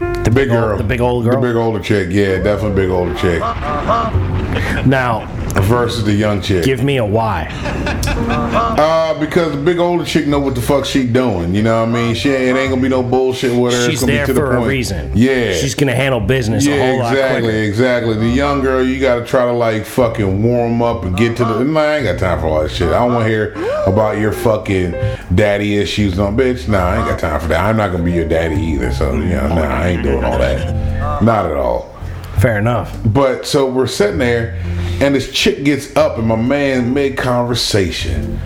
the big girl,
the big old girl?
the big older chick. Yeah, definitely big older chick.
Now,
versus the young chick.
give me a why.
uh, because the big older chick know what the fuck she doing. You know what I mean? She ain't, it ain't gonna be no bullshit with her.
She's
it's gonna
there
be to the
for a
point.
reason.
Yeah.
she's gonna handle business a whole
yeah,
lot
exactly,
quicker.
exactly. The young girl, you gotta try to like fucking warm up and get to the. Nah, I ain't got time for all that shit. I don't want to hear about your fucking daddy issues, on bitch. Nah, I ain't got time for that. I'm not gonna be your daddy either. So you know, nah, I ain't doing all that. Not at all.
Fair enough.
But so we're sitting there, and this chick gets up, and my man mid conversation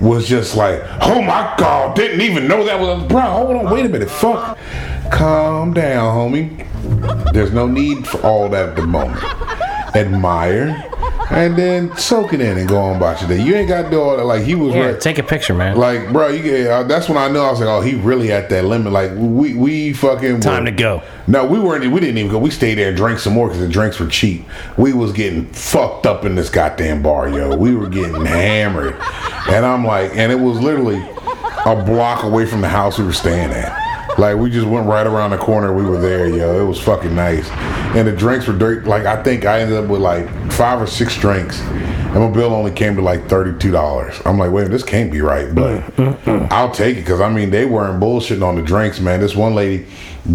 was just like, "Oh my god, didn't even know that was bro. Hold on, wait a minute, fuck." calm down, homie. There's no need for all that at the moment. Admire, and then soak it in and go on about your day. You ain't got to do all that. Like he was
Yeah,
right.
take a picture, man.
Like, bro, you get, uh, that's when I know I was like, oh, he really at that limit. Like, we we fucking
Time
were-
to go.
No, we weren't. We didn't even go. We stayed there and drank some more because the drinks were cheap. We was getting fucked up in this goddamn bar, yo. We were getting hammered, and I'm like, and it was literally a block away from the house we were staying at. Like we just went right around the corner. We were there, yo. It was fucking nice, and the drinks were dirt. Like I think I ended up with like five or six drinks, and my bill only came to like thirty two dollars. I'm like, wait, this can't be right, but I'll take it because I mean they weren't bullshitting on the drinks, man. This one lady,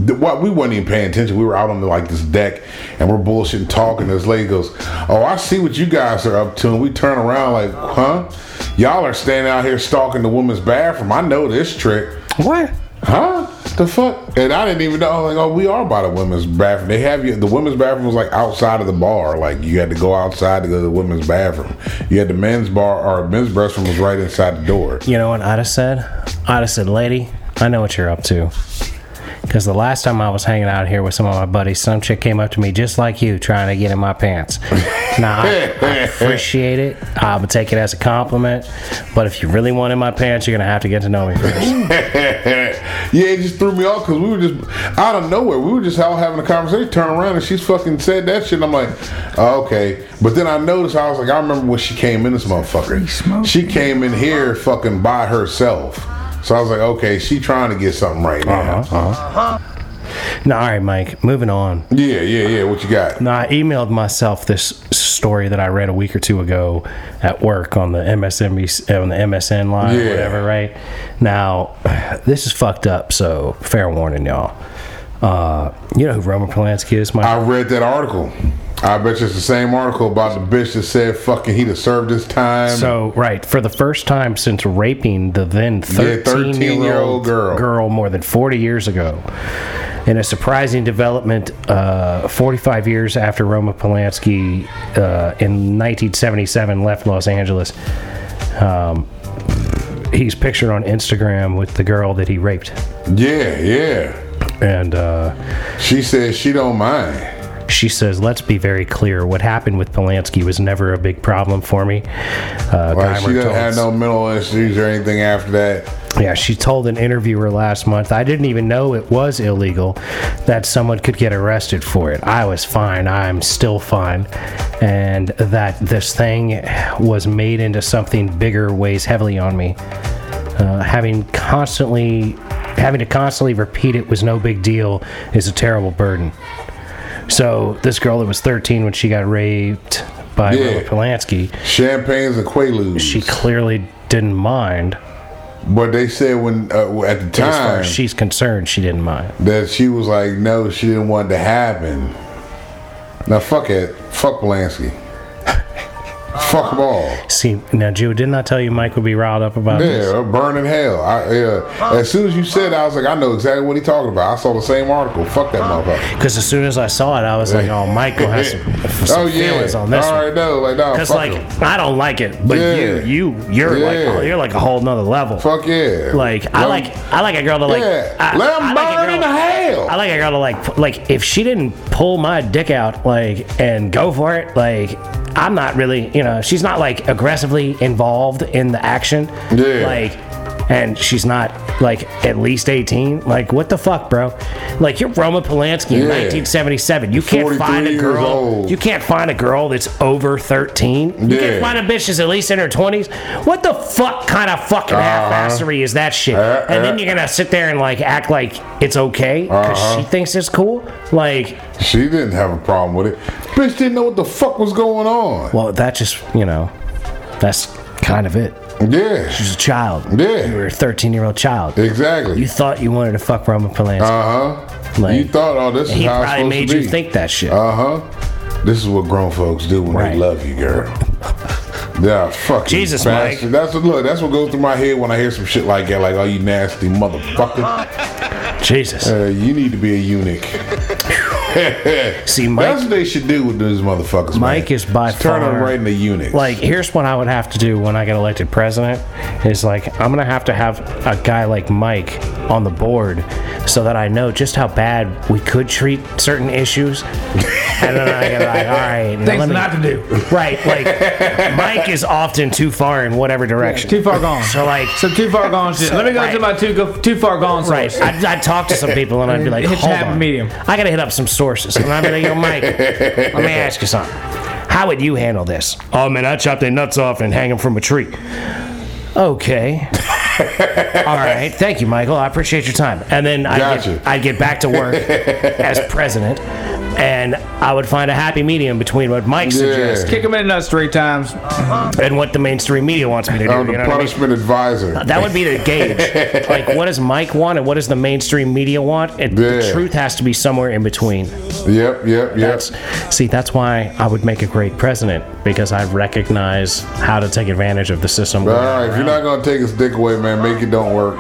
th- what we wasn't even paying attention. We were out on the, like this deck, and we're bullshitting talking. This lady goes, "Oh, I see what you guys are up to," and we turn around like, "Huh? Y'all are standing out here stalking the woman's bathroom. I know this trick."
What?
Huh? The fuck? And I didn't even know. I was Like, oh, we are by the women's bathroom. They have you. The women's bathroom was like outside of the bar. Like you had to go outside to go to the women's bathroom. You had the men's bar or men's restroom was right inside the door.
You know what I'd have said? I'd have said, lady, I know what you're up to. Because the last time I was hanging out here with some of my buddies, some chick came up to me just like you, trying to get in my pants. Now, I, I appreciate it. I would take it as a compliment. But if you really want in my pants, you're going to have to get to know me first.
yeah, it just threw me off because we were just out of nowhere. We were just out having a conversation. Turn around and she's fucking said that shit. And I'm like, oh, okay. But then I noticed I was like, I remember when she came in this motherfucker. She came in here fucking by herself. So I was like, okay, she trying to get something right now.
no, all right, Mike, moving on.
Yeah, yeah, yeah. What you got?
Now, I emailed myself this story that I read a week or two ago at work on the MSNBC uh, on the MSN line or
Yeah.
whatever, right? Now, this is fucked up, so fair warning, y'all. Uh, you know who Roman Polanski is, Mike?
I read that article. I bet you it's the same article about the bitch that said fucking he'd have served his time.
So, right, for the first time since raping the then 13 year
13-year-old
old
girl.
girl. more than 40 years ago. In a surprising development, uh, 45 years after Roma Polanski uh, in 1977 left Los Angeles, um, he's pictured on Instagram with the girl that he raped.
yeah, yeah.
And uh,
She said she don't mind.
She says, "Let's be very clear. What happened with Polanski was never a big problem for me." Uh,
Like she
Geimer
doesn't
told-
have no mental issues or anything after that.
Yeah, she told an interviewer last month, I didn't even know it was illegal that someone could get arrested for it. I was fine. I'm still fine. And that this thing was made into something bigger weighs heavily on me. Uh, having constantly having to constantly repeat it was no big deal is a terrible burden. So this girl that was 13 when she got raped by
Yeah.
Roman Polanski,
Champagnes and Quaaludes.
she clearly didn't mind.
but they said when uh, at the
As far
time
as she's concerned, she didn't mind.
that she was like, no, she didn't want it to happen. Now fuck it, fuck Polanski, fuck 'em all.
See, now, Jew, didn't I tell you Mike would be riled up about this?
Yeah, burning hell. I, yeah. As soon as you said, it, I was like, I know exactly what he talking about. I saw the same article. Fuck that motherfucker.
Because as soon as I saw it, I was like, oh, Michael has some, some
oh yeah,
feelings on this
I
one.
already know. Like, nah,
Because,
fuck
like,
him.
I don't like it, but
Yeah.
you, you, you're
Yeah.
like, you're like a whole nother level.
fuck yeah.
Like, I
Let
like,
'em-
I like a girl to like,
yeah,
I,
let
I
him
like a
burn
girl-
in the hell.
I like a girl to like, p- like if she didn't pull my dick out, like, and go for it, like, I'm not really, you know, she's not like aggressively involved in the action,
Yeah.
like, and she's not like at least 18. Like, what the fuck, bro? Like, you're Roma Polanski in
Yeah.
1977. You can't
43
find a
years
girl.
old.
You can't find a girl that's over 13. You
Yeah.
can't find a bitch that's at least in her 20s. What the fuck kind of fucking
Uh-huh.
half-assery is that shit?
Uh,
and
uh.
then you're gonna sit there and like act like it's okay because
Uh-huh.
she thinks it's cool. Like,
She didn't have a problem with it. Bitch didn't know what the fuck was going on.
well, that just you know, that's kind of it.
Yeah,
She's a child.
Yeah.
you were a 13-year-old child. You
exactly.
thought you wanted to fuck Roman Polanski.
Uh huh.
Like,
you thought, oh, this is
he
how it's
probably
supposed
made
to be.
you think that shit.
Uh huh. This is what grown folks do when
Right.
they love you, girl. Yeah, fuck you
Jesus,
bastard.
Mike.
That's what look. That's what goes through my head when I hear some shit like that. Like, oh, you nasty motherfucker.
Jesus.
Uh, you need to be a eunuch.
See, Mike-
that's what they should do with these motherfuckers. man.
Mike is by
Just turn them
far-
right into eunuchs.
Like, here's what I would have to do when I get elected president is like, I'm going to have to have a guy like Mike on the board so that I know just how bad we could treat certain issues. and then I get like, all right. now
Things
let me-
not to do.
Right. Like, Mike is often too far in whatever direction.
Too far gone.
So, like,
Some too far gone shit. Let me go
Right.
to my too go, too far gone
Right.
source.
I'd, I'd talk to some people and I'd be like,
Hit
hold
happy
on.
medium.
I got to hit up some sources. And I'd be like, yo, Mike, let me ask you something. How would you handle this? Oh, man, I chop their nuts off and hang them from a tree. Okay. All right. Thank you, Michael. I appreciate your time. And then I'd,
Gotcha.
get, I'd get back to work as president and I would find a happy medium between what Mike suggests
Kick him in the nuts three times.
and what the mainstream media wants me to do.
I'm the
you know what I mean?
punishment advisor.
That would be the gauge. like, what does Mike want, and what does the mainstream media want? And the
Yeah.
truth has to be somewhere in between.
yep, yep, yep.
That's see, that's why I would make a great president because I recognize how to take advantage of the system.
All
we're
right, if
in.
you're not gonna take his dick away, man, make it don't work.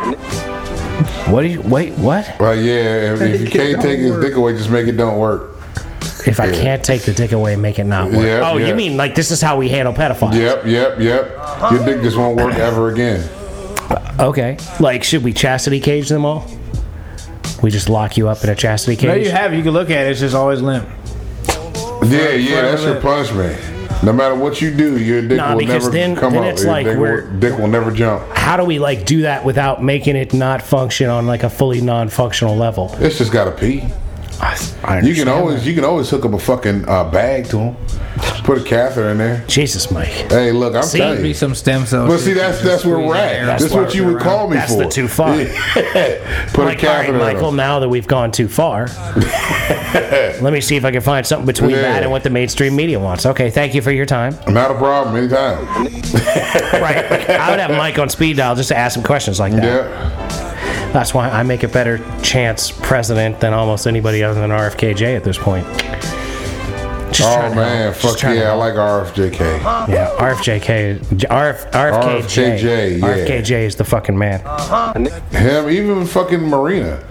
What? Do you, wait, what?
Well, yeah, if, if you
Make it
can't
don't
take his
work.
dick away, just make it don't work.
If I can't take the dick away, make it not work.
Yeah,
oh,
yeah.
you mean like this is how we handle pedophiles?
Yep, yep, yep. Your dick just won't work ever again.
Okay. Like, should we chastity cage them all? We just lock you up in a chastity cage.
No, you have. it. You can look at it. It's just always limp.
Yeah, yeah, that's your punishment. No matter what you do, your dick
Nah,
will
because
never
then-
come
then
up.
it's
your
like
dick,
we're-
will, dick will never jump.
how do we like do that without making it not function on like a fully non-functional level?
It's just gotta pee.
I, I
You can always you can always hook up a fucking uh, bag to him. Put a catheter in there.
Jesus, Mike.
Hey, look, I'm
See,
telling
Be
you.
some stem cells.
But see, that's that's where we're at. That's
why
what you
we're
would call me
That's
for.
the too far.
Put a
Like, all right,
catheter in
Michael,
him.
now that we've gone too far, let me see if I can find something between
Yeah.
that and what the mainstream media wants. Okay, thank you for your time.
Not a problem. Anytime.
Right. like, I would have Mike on speed dial just to ask him questions like that.
Yeah.
That's why I make a better chance president than almost anybody other than RFKJ at this point. Just trying
Oh
to
man,
help. Just
fuck
trying to
yeah, I
help.
like RFJK.
Yeah, RFJK, J- RF, RFKJ,
RFKJ, yeah.
RFKJ is the fucking man.
Him, even fucking Marina.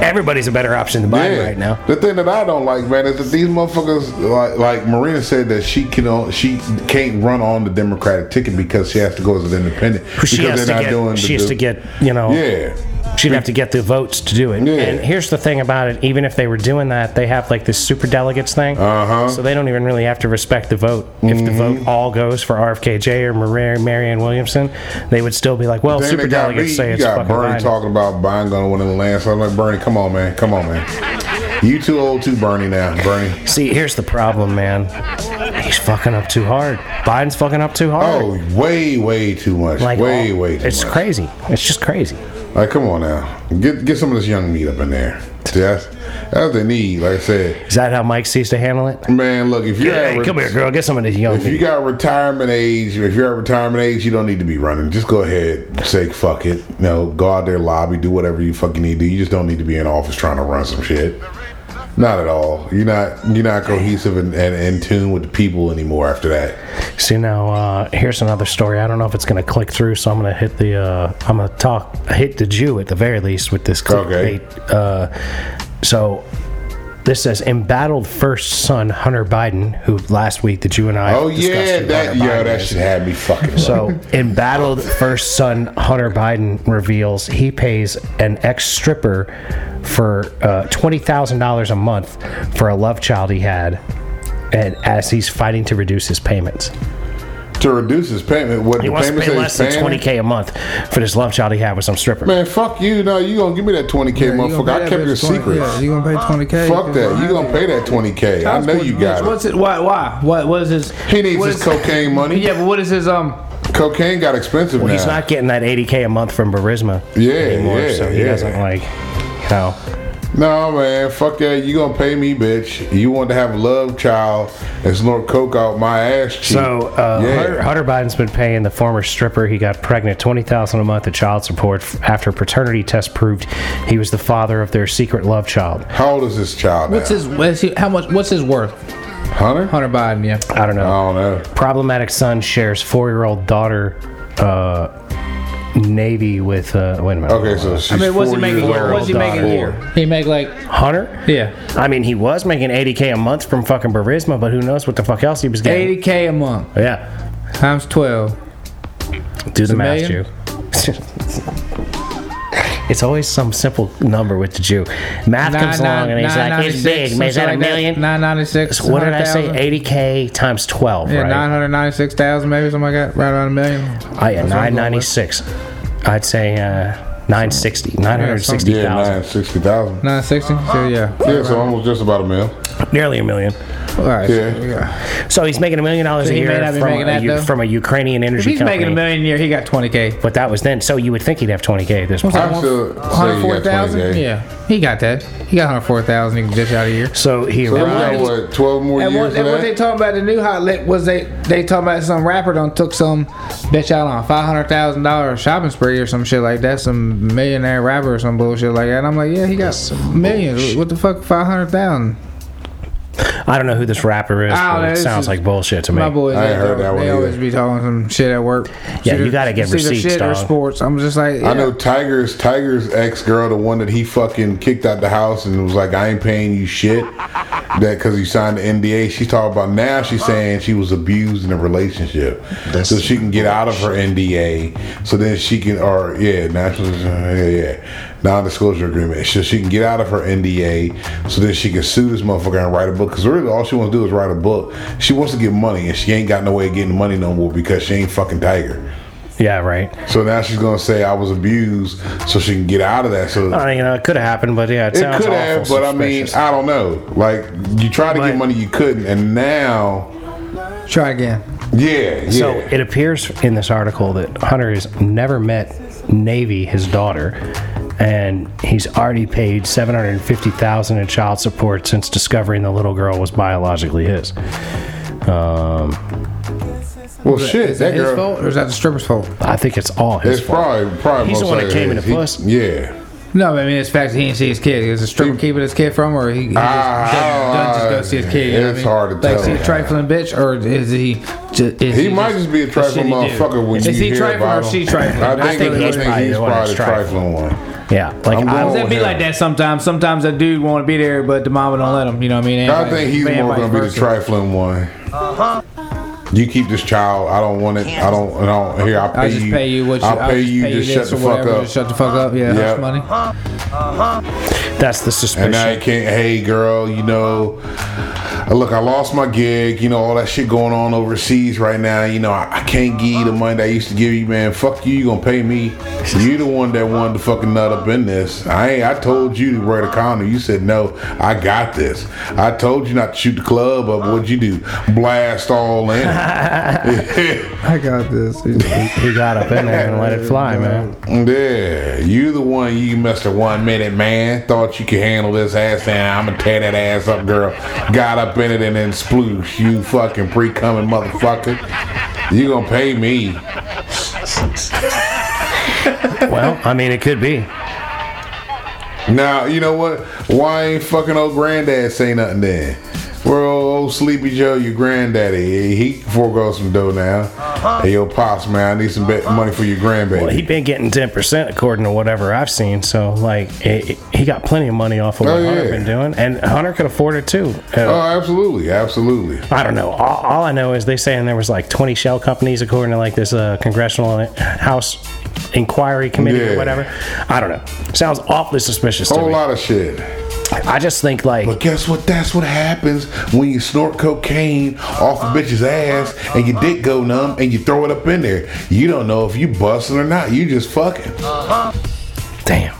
Everybody's a better option than mine
Yeah.
right now.
The thing that I don't like, man, is that these motherfuckers, like, like Marina said, that she can on, she can't run on the Democratic ticket because she has to go as an independent because
She has to get, she has to get, you know,
yeah,
she'd have to get the votes to do it.
Yeah.
And here's the thing about it: even if they were doing that, they have like this super delegates thing,
Uh-huh. Mm-hmm.
so they don't even really have to respect the vote. If the vote all goes for RFKJ or Mary Marianne Williamson, they would still be like, well,
Then they
super
got me-
delegates say
you
it's
got
fucking
Bernie
Biden.
talking about Biden going to win in the land. So I'm like, Bernie, come on, man, come on, man. You too old too, Bernie. Now, Bernie.
See, here's the problem, man. He's fucking up too hard. Biden's fucking up too hard.
Oh, way, way too much. way,
all-
way too
It's
much.
crazy. It's just crazy.
Like, come on now, get get some of this young meat up in there. See, that's that's what they need. Like I said,
Is that how Mike sees to handle it?
man, look, if you're
Hey,
average-
come here, girl. Get some of this young
If you
meat.
got retirement age, if you're at retirement age, you don't need to be running. Just go ahead, say fuck it. You know, go out there, lobby, do whatever you fucking need to. do. You just don't need to be in office trying to run some shit. Not at all. You're not you're not cohesive and, and in tune with the people anymore after that.
See now, uh, here's another story. I don't know if it's gonna click through, so I'm gonna hit the. Uh, I'm gonna talk. Hit the Jew at the very least with this
Okay.
clickbait. Uh, so. This says embattled first son Hunter Biden, who last week the Jew and I
Oh
discussed
yeah,
who
that
Hunter
yo,
Biden
that
is.
should have me fucking.
So, embattled first son Hunter Biden reveals he pays an ex stripper for uh, $20,000 a month for a love child he had, and as he's fighting to reduce his payments.
to reduce his payment, what
He
the
wants to
payment
pay less
says
than 20K
paying-
a month for this love child he had with some stripper.
Man, fuck you. No, you gonna give me that twenty K motherfucker. I kept your secret.
you gonna pay twenty k?
Fuck that. You gonna pay that twenty K. I know you got it.
What's it? Why? Why? What? What is his?
He needs
what
his
is-
cocaine money.
Yeah, but what is his? Um.
Cocaine got expensive now.
He's not getting that 80K a month from Barisma
Yeah,
anymore,
yeah,
so he
yeah.
doesn't like, you know.
No man, fuck that. You gonna pay me, bitch. You want to have a love child and snort coke out my ass cheek?
So uh,
Yeah.
Hunter, Hunter Biden's been paying the former stripper he got pregnant twenty thousand a month in child support f- after paternity test proved he was the father of their secret love child.
how old is this child
What's
now?
his? What's he, how much? What's his worth?
Hunter?
Hunter Biden. Yeah.
I don't
I
know.
don't know.
Problematic son shares four-year-old daughter uh, Navy with uh, wait a minute.
Okay, so she's
I mean, what's he
four
making
years
here?
old,
What's he making
four.
here?
He make like
Hunter.
yeah.
I mean, he was making 80k a month from fucking Barisma, but who knows what the fuck else he was getting?
80k a month
Yeah,
times 12.
do the math,
million?
Jew. it's always some simple number with the Jew. Math comes along and he's like, "It's big, man. Is that a million?
Nine ninety six.
what did I say? 80k times 12,
Yeah,
right?
nine hundred ninety six thousand, maybe something like that. Right around a million.
I, yeah,
That's what I'm going with.
996. I'd say uh, 960, 960,000,
Yeah, nine sixty thousand.
Nine sixty. So yeah.
Yeah, so almost just about a mil.
nearly a million.
All right.
Yeah.
so, yeah.
So he's making a million dollars
So
a
he may
year
not be
from
making
a,
that,
U-
though?
from a Ukrainian
If
energy
he's
company.
making a million a year, he got twenty k.
But that was then, so you would think he'd have 20k at this point.
I'm still
One hundred four thousand. Yeah, he got that. He got one hundred four thousand. He can dish out a year.
So he
So we
arrived.
got what, twelve more
And
years
what,
for
and what they
that?
talking about the new hot lick was they they talking about some rapper done took some bitch out on a five hundred thousand dollar shopping spree or some shit like that, some millionaire rapper or some bullshit like that. And I'm like, yeah, he got millions. What the fuck, five hundred thousand?
I don't know who this rapper is,
Ah,
I don't
but
know,
it
this
sounds
is-
like bullshit to me.
My boys,
I ain't
they-
heard that one
They
either.
always be talking some shit at work.
Yeah,
It's
you
either-
gotta get
it's either
receipts,
shit or
dog.
sports. I'm just like, yeah.
I know Tiger's Tiger's ex girl, the one that he fucking kicked out the house and was like, "I ain't paying you shit," that because he signed the NDA. She's talking about now. She's saying she was abused in a relationship, so she can get out of her NDA. So then she can, or yeah, national, yeah, yeah, non-disclosure agreement. So she can get out of her NDA. So then she can sue this motherfucker and write a book. Because really, all she wants to do is write a book. She wants to get money, and she ain't got no way of getting money no more because she ain't fucking Tiger.
yeah, right.
So now she's gonna say I was abused, so she can get out of that. So
I mean, you know, it could have happened, but yeah, it,
it
sounds
could
awful.
have, but I mean,
suspicious.
I don't know. Like you tried to
But-
get money, you couldn't, and now,
Try again.
yeah, yeah.
so it appears in this article that Hunter has never met Navy, his daughter, and he's already paid seven hundred fifty thousand in child support since discovering the little girl was biologically his. Um,
well, shit,
Is that
that
his
girl.
fault or is that the stripper's fault?
I think it's all his
It's
fault.
probably probably
He's the
most
one that
likely
came in
his.
the puss.
He- Yeah.
No, but I mean it's fact that he didn't see his kid. Is the stripper keeping his kid from, him, or he, he
Ah,
just, doesn't, doesn't just go
ah,
see his kid? You know what I
it's
mean?
hard to
like,
tell.
Is he a trifling bitch, or is he? ju- Is
He might just be a trifling
shitty dude.
motherfucker when
Is
you
he
hear
trifling
about
or
him.
she trifling?
I think, I think he's probably,
the one that's
the trifling one.
Yeah, like
I'm
I,
going-
That be like that sometimes. Sometimes that dude want to be there, but the mama don't let him. You know what I mean?
I think he's
Man,
more
vice
gonna be the
versa.
trifling one. You keep this child. I don't want it. I don't. I don't. Here, I'll pay
I
you.
just pay you what you.
I'll pay
just
you. Just shut
this
the
or
fuck
whatever,
up.
Just shut the fuck up. Yeah,
Yeah.
that's money.
that's the suspicion.
And now you can't, hey girl, you know, look, I lost my gig, you know, all that shit going on overseas right now. You know, I, I can't give you the money that I used to give you, man. Fuck you, you gonna pay me. You the one that wanted to fucking nut up in this. I ain't, I told you to wear the condom. You said, no, I got this. I told you not to shoot the club up. What'd you do? Blast all in.
I got this.
he got up in there and let it fly, man.
Yeah, you the one you messed a one minute man. Thought you could handle this ass, and I'm gonna tear that ass up, girl. Got up in it and then sploosh, you fucking pre coming motherfucker. You gonna pay me?
Well, I mean, it could be.
Now you know what? Why ain't fucking old granddad say nothing then? Well, old Sleepy Joe, your granddaddy, he can forego some dough now. Hey, yo, pops, man, I need some ba- money for your grandbaby.
Well, he'd been getting ten percent according to whatever I've seen. So, like, it, it- he got plenty of money off of what
Oh,
Hunter
yeah.
been doing, and Hunter could afford it too.
oh,
Uh,
absolutely, absolutely.
I don't know. All, all I know is they saying there was like twenty shell companies according to like this uh, congressional house inquiry committee
Yeah.
or whatever. I don't know. Sounds awfully suspicious to
Whole
me.
lot of shit.
I just think like
But guess what? That's what happens when you snort cocaine off a bitch's ass and your dick go numb and you throw it up in there. You don't know if you busting or not. You just fucking.
Oh, Damn.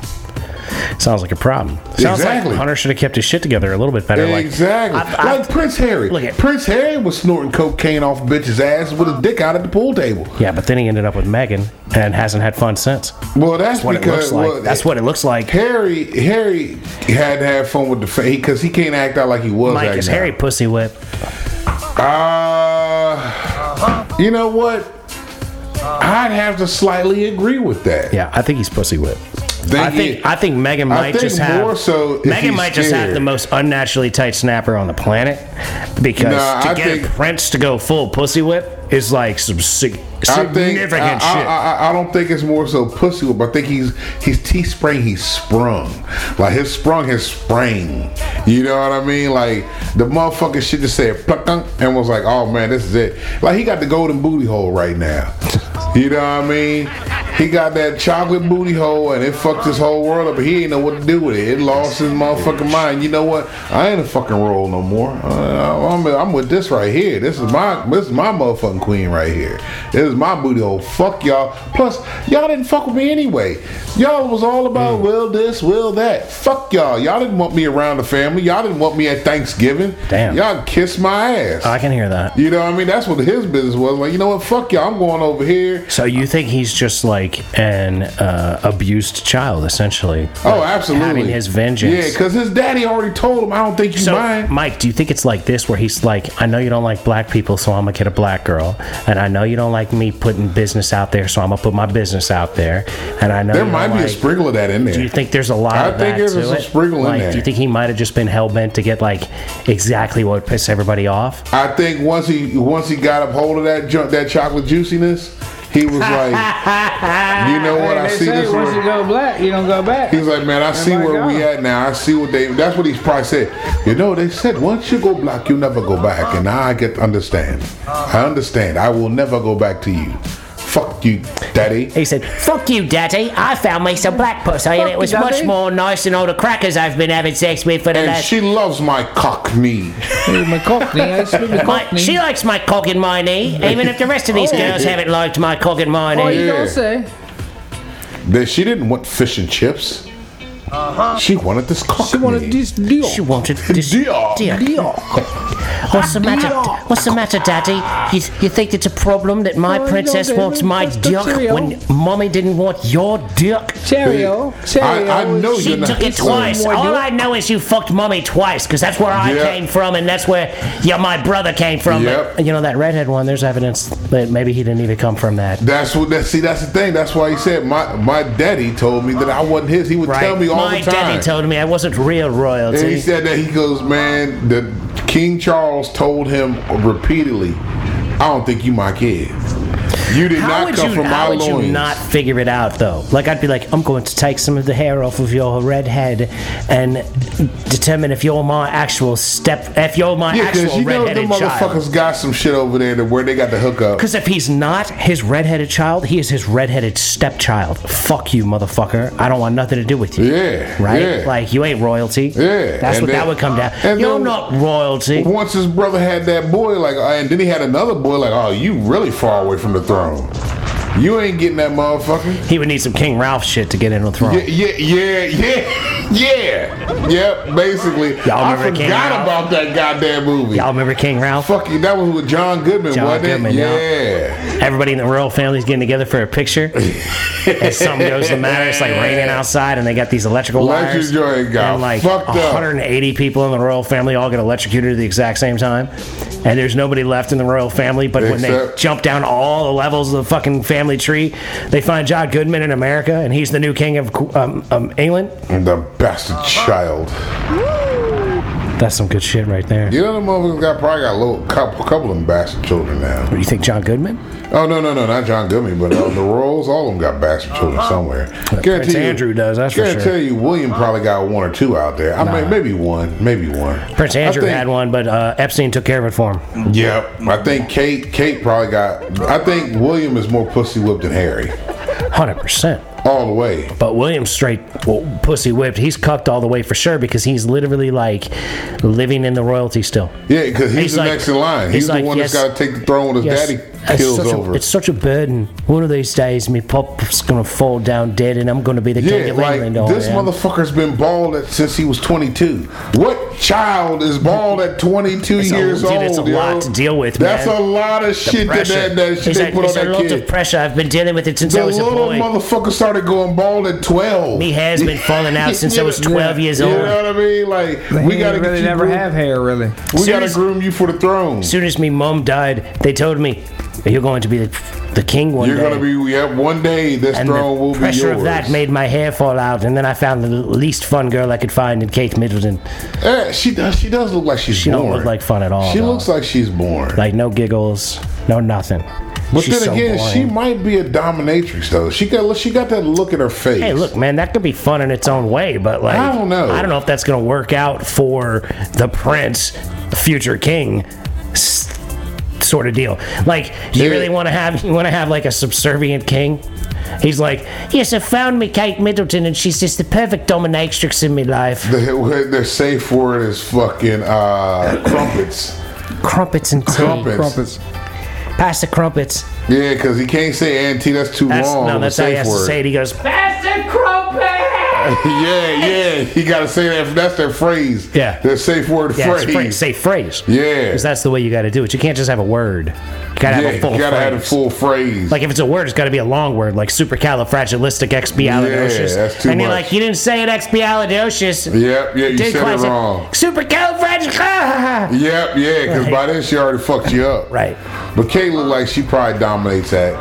Sounds like a problem. Sounds
Exactly.
like Hunter should have kept his shit together a little bit better. Like,
exactly.
I've- I've-
like Prince Harry.
Look at-
Prince Harry was snorting cocaine off a bitch's ass with his dick out at the pool table.
yeah, but then he ended up with Megan and hasn't had fun since.
Well, that's,
That's what it looks
because
like.
well,
That's what it looks like.
Harry Harry had to have fun with the fa because he can't act out like he was.
Mike
acting
is
out.
Harry pussy whip.
Uh, you know what? I'd have to slightly agree with that.
Yeah, I think he's pussy whip. I think I think Megan
I
might
think
just have
more so if
Megan
he's
might just have
scared.
the most unnaturally tight snapper on the planet because
Nah,
to
I
get a
think-
Prince to go full pussy whip is like some sig-
I
significant
think uh, I, I-
shit.
I, I, I don't think it's more so pussy whip. I think he's he's T spring. He's sprung. Like his sprung has sprang. You know what I mean? Like the motherfucking shit just said pluck dunk, and was like, oh man, this is it. Like he got the golden booty hole right now. You know what I mean? He got that chocolate booty hole and it fucked his whole world up. But he ain't know what to do with it. It lost his motherfucking mind. You know what? I ain't a fucking roll no more. Uh, I'm, I'm with this right here. This is my this is my motherfucking queen right here. This is my booty hole. Fuck y'all. Plus, y'all didn't fuck with me anyway. Y'all was all
Mm.
about will this, will that. Fuck y'all. Y'all didn't want me around the family. Y'all didn't want me at Thanksgiving.
Damn.
Y'all kiss my ass.
I can hear that.
you know what I mean? That's what his business was. Like, you know what? Fuck y'all. I'm going over here.
So you think he's just like an uh, abused child, essentially?
Oh, absolutely.
Having his vengeance.
Yeah, because his daddy already told him, I don't think you
So,
mind.
Mike, do you think it's like this, where he's like, I know you don't like black people, so I'm gonna get a black girl, and I know you don't like me putting business out there, so I'm gonna put my business out there, and I know
There
you
might
don't
be a
like-
sprinkle of that in there.
Do you think there's a lot
I
of
think
that
there's
to
some
it?
sprinkle in
like,
there.
do you think he might have just been hell bent to get like exactly what pissed everybody off?
I think once he once he got a hold of that junk, that chocolate juiciness, he was like, you know what?
Hey,
I
they
see
say
this.
once
where-
you go black, you don't go back.
He's like, man, I see
my
where we
God.
at now. I see what they. That's what he's probably said. You know, they said once you go black, you never go back, and now I get to understand. I understand. I will never go back to you. Fuck you, daddy.
He said, "Fuck you, Daddy. I found me some black pussy, and
Fuck
it was
you,
much
Daddy."
more nice than all the crackers I've been having sex with for the
And
last."
she loves my cockney.
my cockney. I spit my
My,
cockney.
she likes my cock in my knee, even if the rest of these
Oh.
girls haven't liked my cock in my
What
knee.
you
Yeah.
gonna say?
that she didn't want fish and chips.
Uh-huh.
She wanted this cockney.
She wanted this deal.
She wanted this
Deal.
dick.
deal.
What's the matter?
Deal.
What's the matter, Daddy? You, you think it's a problem that my
Oh, no,
princess
Daddy,
wants my
that's the
dick
Cheerio.
when Mommy didn't want your dick?
Cheerio. Cheerio.
I- I know
She
Oh, You're not-
took it
so-
twice.
Why
All
you-
I know is you fucked Mommy twice, because that's where I
Yeah.
came from, and that's where yeah, my brother came from.
Yep.
But, you know, that redhead one, there's evidence that maybe he didn't even come from that.
That's what that see. That's the thing. That's why he said my my daddy told me that I wasn't his. He would tell me all
my
the time.
daddy told me I wasn't real royalty.
And he said that he goes, man, the King Charles told him repeatedly, I don't think you my kid. You did
How
not
would
come
you,
from
how
my
would you
loins.
not figure it out though? Like I'd be like, I'm going to take some of the hair off of your red head and determine if you're my actual step, if you're my
yeah, because
actual
you know the
redheaded child.
motherfuckers got some shit over there to where they got the hookup.
Because if he's not his redheaded child, he is his redheaded stepchild. Fuck you, motherfucker! I don't want nothing to do with you.
Yeah,
right.
yeah.
Like you ain't royalty.
Yeah,
that's
and
what
then-
that would come down.
and
You're
then-
not royalty.
Once his brother had that boy, like, uh, and then he had another boy, like, oh, you really far away from the throne. You ain't getting that motherfucker.
He would need some King Ralph shit to get in the throne.
Yeah, yeah, yeah, yeah, yeah. Yep, basically.
Y'all
I
remember
forgot
King Ralph?
about that goddamn movie.
Y'all remember King Ralph?
Fuck you, that was with John Goodman,
John
wasn't
Goodman,
it?
yeah.
Yeah.
Everybody in the royal family's getting together for a picture. and something goes the matter. It's like raining outside, and they got these electrical
Electric
wires.
joint got
and like
fucked up.
180 people in the royal family all get electrocuted at the exact same time. And there's nobody left in the royal family. But when they
Except-
jump down all the levels of the fucking family tree, they find John Goodman in America, and he's the new king of um, um, England.
And the bastard child.
That's some good shit right there.
You know the motherfuckers got probably got a little couple couple of them bastard children now.
You think John Goodman?
Oh no no no not John Goodman, but uh, the Royals, all of them got bastard children somewhere.
Uh-huh. Prince Andrew does, that's for
guarantee
sure.
you William probably got one or two out there. I mean maybe one, maybe one.
Prince
I
Andrew
think-
had one, but uh, Epstein took care of it for him.
Yep. I think Kate Kate probably got I think William is more pussy whipped than Harry.
100%.
All the way.
But William's straight well, pussy whipped. He's cucked all the way for sure because he's literally like living in the royalty still.
Yeah, because he's,
He's
the
like-
next in line. He's,
he's
the
like,
one
yes,
that's got to take the throne when his
Yes,
daddy kills
such
over.
A, it's such a burden. One of these days, me pop's gonna fall down dead, and I'm gonna be the king
Yeah,
of
like
England. all
this
around.
motherfucker's been bald at, since he was 22. What child is bald at 22
It's a-
years
dude,
old?
it's a
yo?
lot to deal with,
That's
man.
a lot of
The
shit that,
pressure.
that, that shit
It's
they
a,
put on
it's a
that
lot
kid.
of pressure. I've been dealing with it since I
the
was a
little
boy.
motherfucker started going bald at 12.
Me hair's been falling out since I was 12 years
You
old.
know what I mean? Like
We
we
gotta really
gotta get you
never
groom-
have hair, really.
We
Soon
gotta
as-
groom you for the throne.
As soon as me mom died, they told me You're going to be the, the king one
You're
day.
gonna be. Yep. One day this
and
throne
the
will be yours.
pressure of that made my hair fall out, and then I found the least fun girl I could find in Kate Middleton.
Eh, she does. She does look like she's
She
born.
don't look like fun at all.
She
though.
looks like she's born.
like no giggles, no nothing.
but
She's
then
so
again, she
boring.
might be a dominatrix though. She got she got that look in her face.
Hey, look, man, that could be fun in its own way, but like,
I don't know.
I don't know if that's gonna work out for the prince, the future king, s- sort of deal. Like, do you
Yeah.
really want to have you want to have like a subservient king? He's like, yes, I found me Kate Middleton, and she's just the perfect dominatrix in my life.
The, their safe word is fucking uh, crumpets.
Crumpets and tea.
Crumpets.
Crumpets.
Pass the crumpets.
Yeah, because he can't say auntie. That's too
That's
long.
no,
of a
that's how he
safe
has to
word.
say it. He goes, pass the crumpets.
yeah, yeah. He got to say that. That's their phrase.
Yeah.
Their safe word
Yeah, it's
phrase.
phrase. Say phrase.
Yeah.
Because that's the way you got to do it. You can't just have a word. You got to
yeah,
have a full
you gotta
phrase.
have a full phrase.
like if it's a word, it's got to be a long word, like supercalifragilisticexpialidocious.
Yeah, that's too
and you're
much.
like, you didn't say it expialidocious.
yep, yeah, you
Did
said it
class-
wrong.
Supercalifragil.
Yep, yeah, because
Right.
by then she already fucked you up.
Right.
But Kay look like she probably dominates that.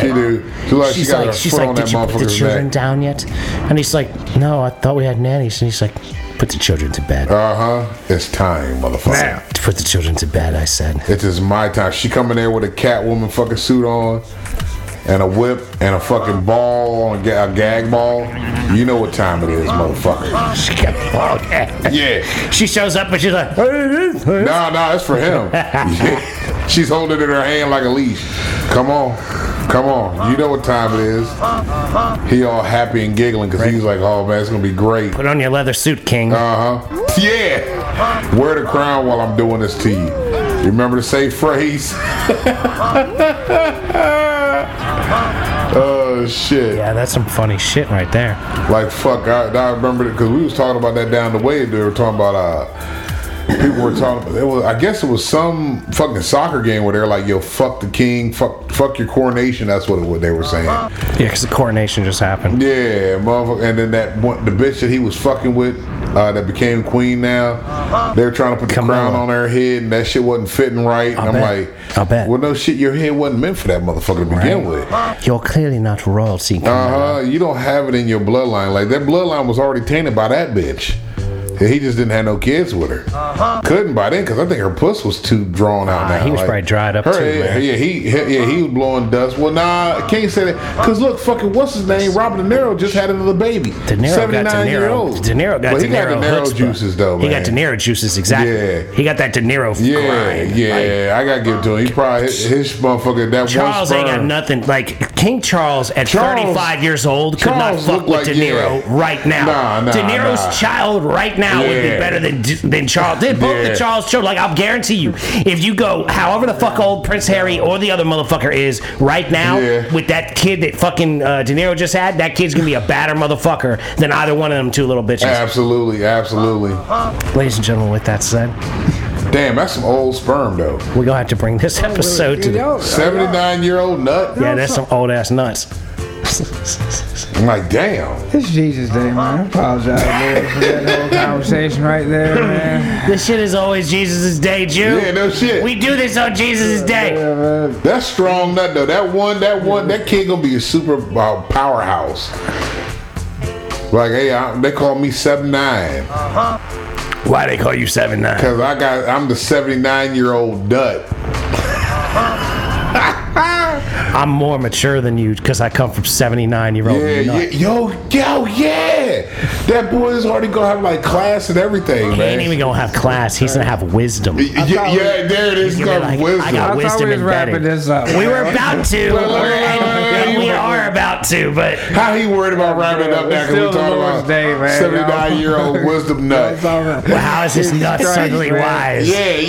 She do. She look like
Uh-huh, She's
she got her
like, she's
foot
like,
on
did
that
you put the
motherfucker's
children
neck.
down yet? And he's like, no, I thought we had nannies. And he's like, put the children to bed.
Uh huh. It's time, motherfucker.
Put the children to bed, I said.
It is my time. She coming there with a Catwoman fucking suit on, and a whip, and a fucking ball, and a ga- a gag ball. You know what time it is, motherfucker.
She kept walking.
Yeah.
She shows up and she's like,
Nah, nah, it's for him. Yeah. She's holding it in her hand like a leash. Come on, come on. You know what time it is. He all happy and giggling because he's like, oh man, it's gonna be great.
put on your leather suit, king.
Uh huh. Yeah. Wear the crown while I'm doing this to you. Remember to say phrase. oh shit!
Yeah, that's some funny shit right there.
Like fuck, I, I remember because we was talking about that down the way. They were talking about uh, people were talking. It was, I guess it was some fucking soccer game where they're like, "Yo, fuck the king, fuck, fuck your coronation." That's what, it, what they were saying.
Yeah, because the coronation just happened.
Yeah, motherfucker. And then that one, the bitch that he was fucking with, uh, that became queen now. They were trying to put the
Camilla.
crown on her head, and that shit wasn't fitting right.
I
and I'm
bet.
like,
I bet.
Well, no shit, your head wasn't meant for that motherfucker to begin with. Uh
You're clearly not royalty. king.
huh. Uh-huh. You don't have it in your bloodline. Like that bloodline was already tainted by that bitch. And He just didn't have no kids with her. Couldn't by then because I think her puss was too drawn out.
Ah,
now.
Uh-huh. he was
Like,
probably dried up
her-
too, man.
Yeah, he, he yeah he was blowing dust. Well, nah, I can't say that because look, fucking what's his name? Robert De Niro just had another baby.
De Niro got De
79 year
Niro.
old.
De Niro got
But
De
he
Niro.
got De Niro
chutzpah.
juices though.
He
man.
got De Niro juices exactly.
Yeah.
He got that De Niro
Yeah,
grind. Like,
yeah, I gotta give it to him. He probably his, his motherfucker that
Charles
one
ain't
sperm.
got nothing. Like King Charles at
Charles-
35 years old could
Charles
not fuck
looked
with
like-
De Niro
yeah.
right now.
Nah, nah,
De Niro's
nah.
child right now would be
Yeah.
better than than Charles. They're both
Yeah.
the Charles children. Like I'll guarantee you, if you go however the fuck old Prince Harry or the other motherfucker is right now
Yeah.
with that kid that fucking uh, De Niro just had, that kid's gonna be a badder motherfucker than either one of them two little bitches.
Absolutely, absolutely.
Uh-huh. Ladies and gentlemen, with that said,
Damn, that's some old sperm though.
we're gonna have to bring this episode to the.
Y'all-
Seventy nine year old nut.
Yeah, that's some old ass nuts.
I'm like, damn.
It's Jesus Day, man. I apologize, Lord, for that whole conversation right there, man.
This shit is always Jesus' day, Jew.
Yeah, no shit.
We do this on Jesus' day.
Yeah, man.
That strong nut though. That one, that one, that kid gonna be a super uh, powerhouse. Like, hey, I, they call me seven nine
Why they call you seven nine?
because I got I'm the seventy nine year old nut.
I'm more mature than you because I come from 79 year old.
Yeah, yeah, yo, yo, yeah. That boy is already gonna have like class and everything,
He
man.
ain't even gonna have class. He's gonna have wisdom.
Y- y- yeah, there it is.
He's gonna
Got
be like,
wisdom.
I got
I thought
wisdom
we was wrapping
embedded.
this up.
We were about to,
wait, wait,
and- and
wait,
we
wait.
are about to, but
How he worried about wrapping it up
It's
now because we
still the
talking
Lord's
about
day, man,
seventy nine year old
y'all.
wisdom
That's all
nut.
right.
well, how is this nut
Christ,
suddenly
man.
wise?
Yeah,
I've had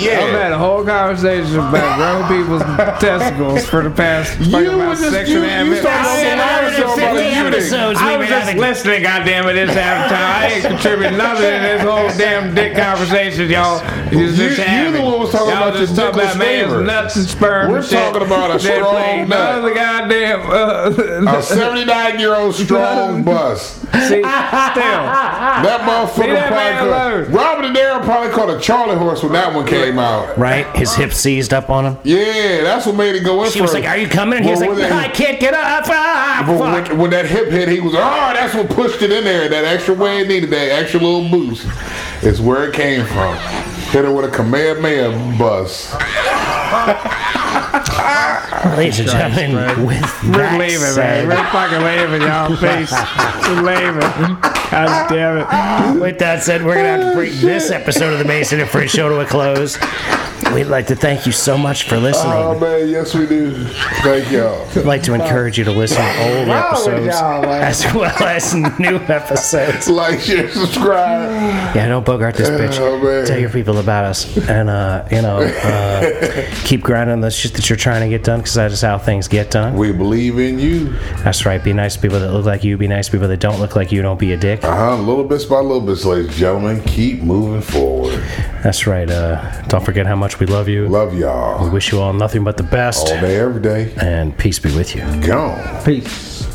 yeah.
a whole conversation about grown people's testicles for the past
You
fucking about
was just-
six
you-
and a half
you
minutes.
started
I
on
said
the
I
last
would
show about
150
shooting.
episodes
I
we've
was
been
just
having.
listening, goddamn it, this half time. I ain't contributing nothing to this whole damn dick conversation, y'all.
You-
It's just
you the
having.
one was talking
Y'all
about
just
your
talking about man's
nickel staver.
nuts and sperm.
We're
and shit.
talking about a
They
strong
play
nut.
none of the goddamn.
A
Uh,
seventy-nine-year-old strong bust.
see, still,
That motherfucker
that man
probably
alone.
called, Robert De Niro probably called a Charlie horse when that one came out.
Right? His hip seized up on him.
Yeah, that's what made it go in.
She was
first.
like, Are you coming? And he was
Well,
like,
when
"No, I
that-
can't get up. Ah,
when,
fuck.
when- when that hip hit, he was, oh, that's what pushed it in there. That extra way it needed, that extra little boost, is where it came from. Hit her with a Kamehameha bus.
Ladies and gentlemen, with
we're
that
leaving, man.
said,
We're fucking leaving, y'all. Peace. We're leaving. God damn it.
With that said, we're going to have to bring this episode of the Mason and Fritz Show to a close. We'd like to thank you so much for listening.
Oh, man, yes, we do. Thank y'all.
We'd like to encourage you to listen to old episodes as well as new episodes.
Like, share, subscribe.
Yeah, don't bogart this bitch.
Oh, man.
Tell your people about us, and uh, you know, uh, keep grinding the shit that you're trying to get done because that is how things get done.
We believe in you.
That's right. Be nice to people that look like you. Be nice to people that don't look like you. Don't be a dick.
Uh-huh, little bits by little bits, ladies and gentlemen. Keep moving forward.
That's right. Uh, don't forget how much we love you.
Love y'all.
Wish you all nothing but the best,
All day, every day.
and peace be with you.
Gone.
Peace.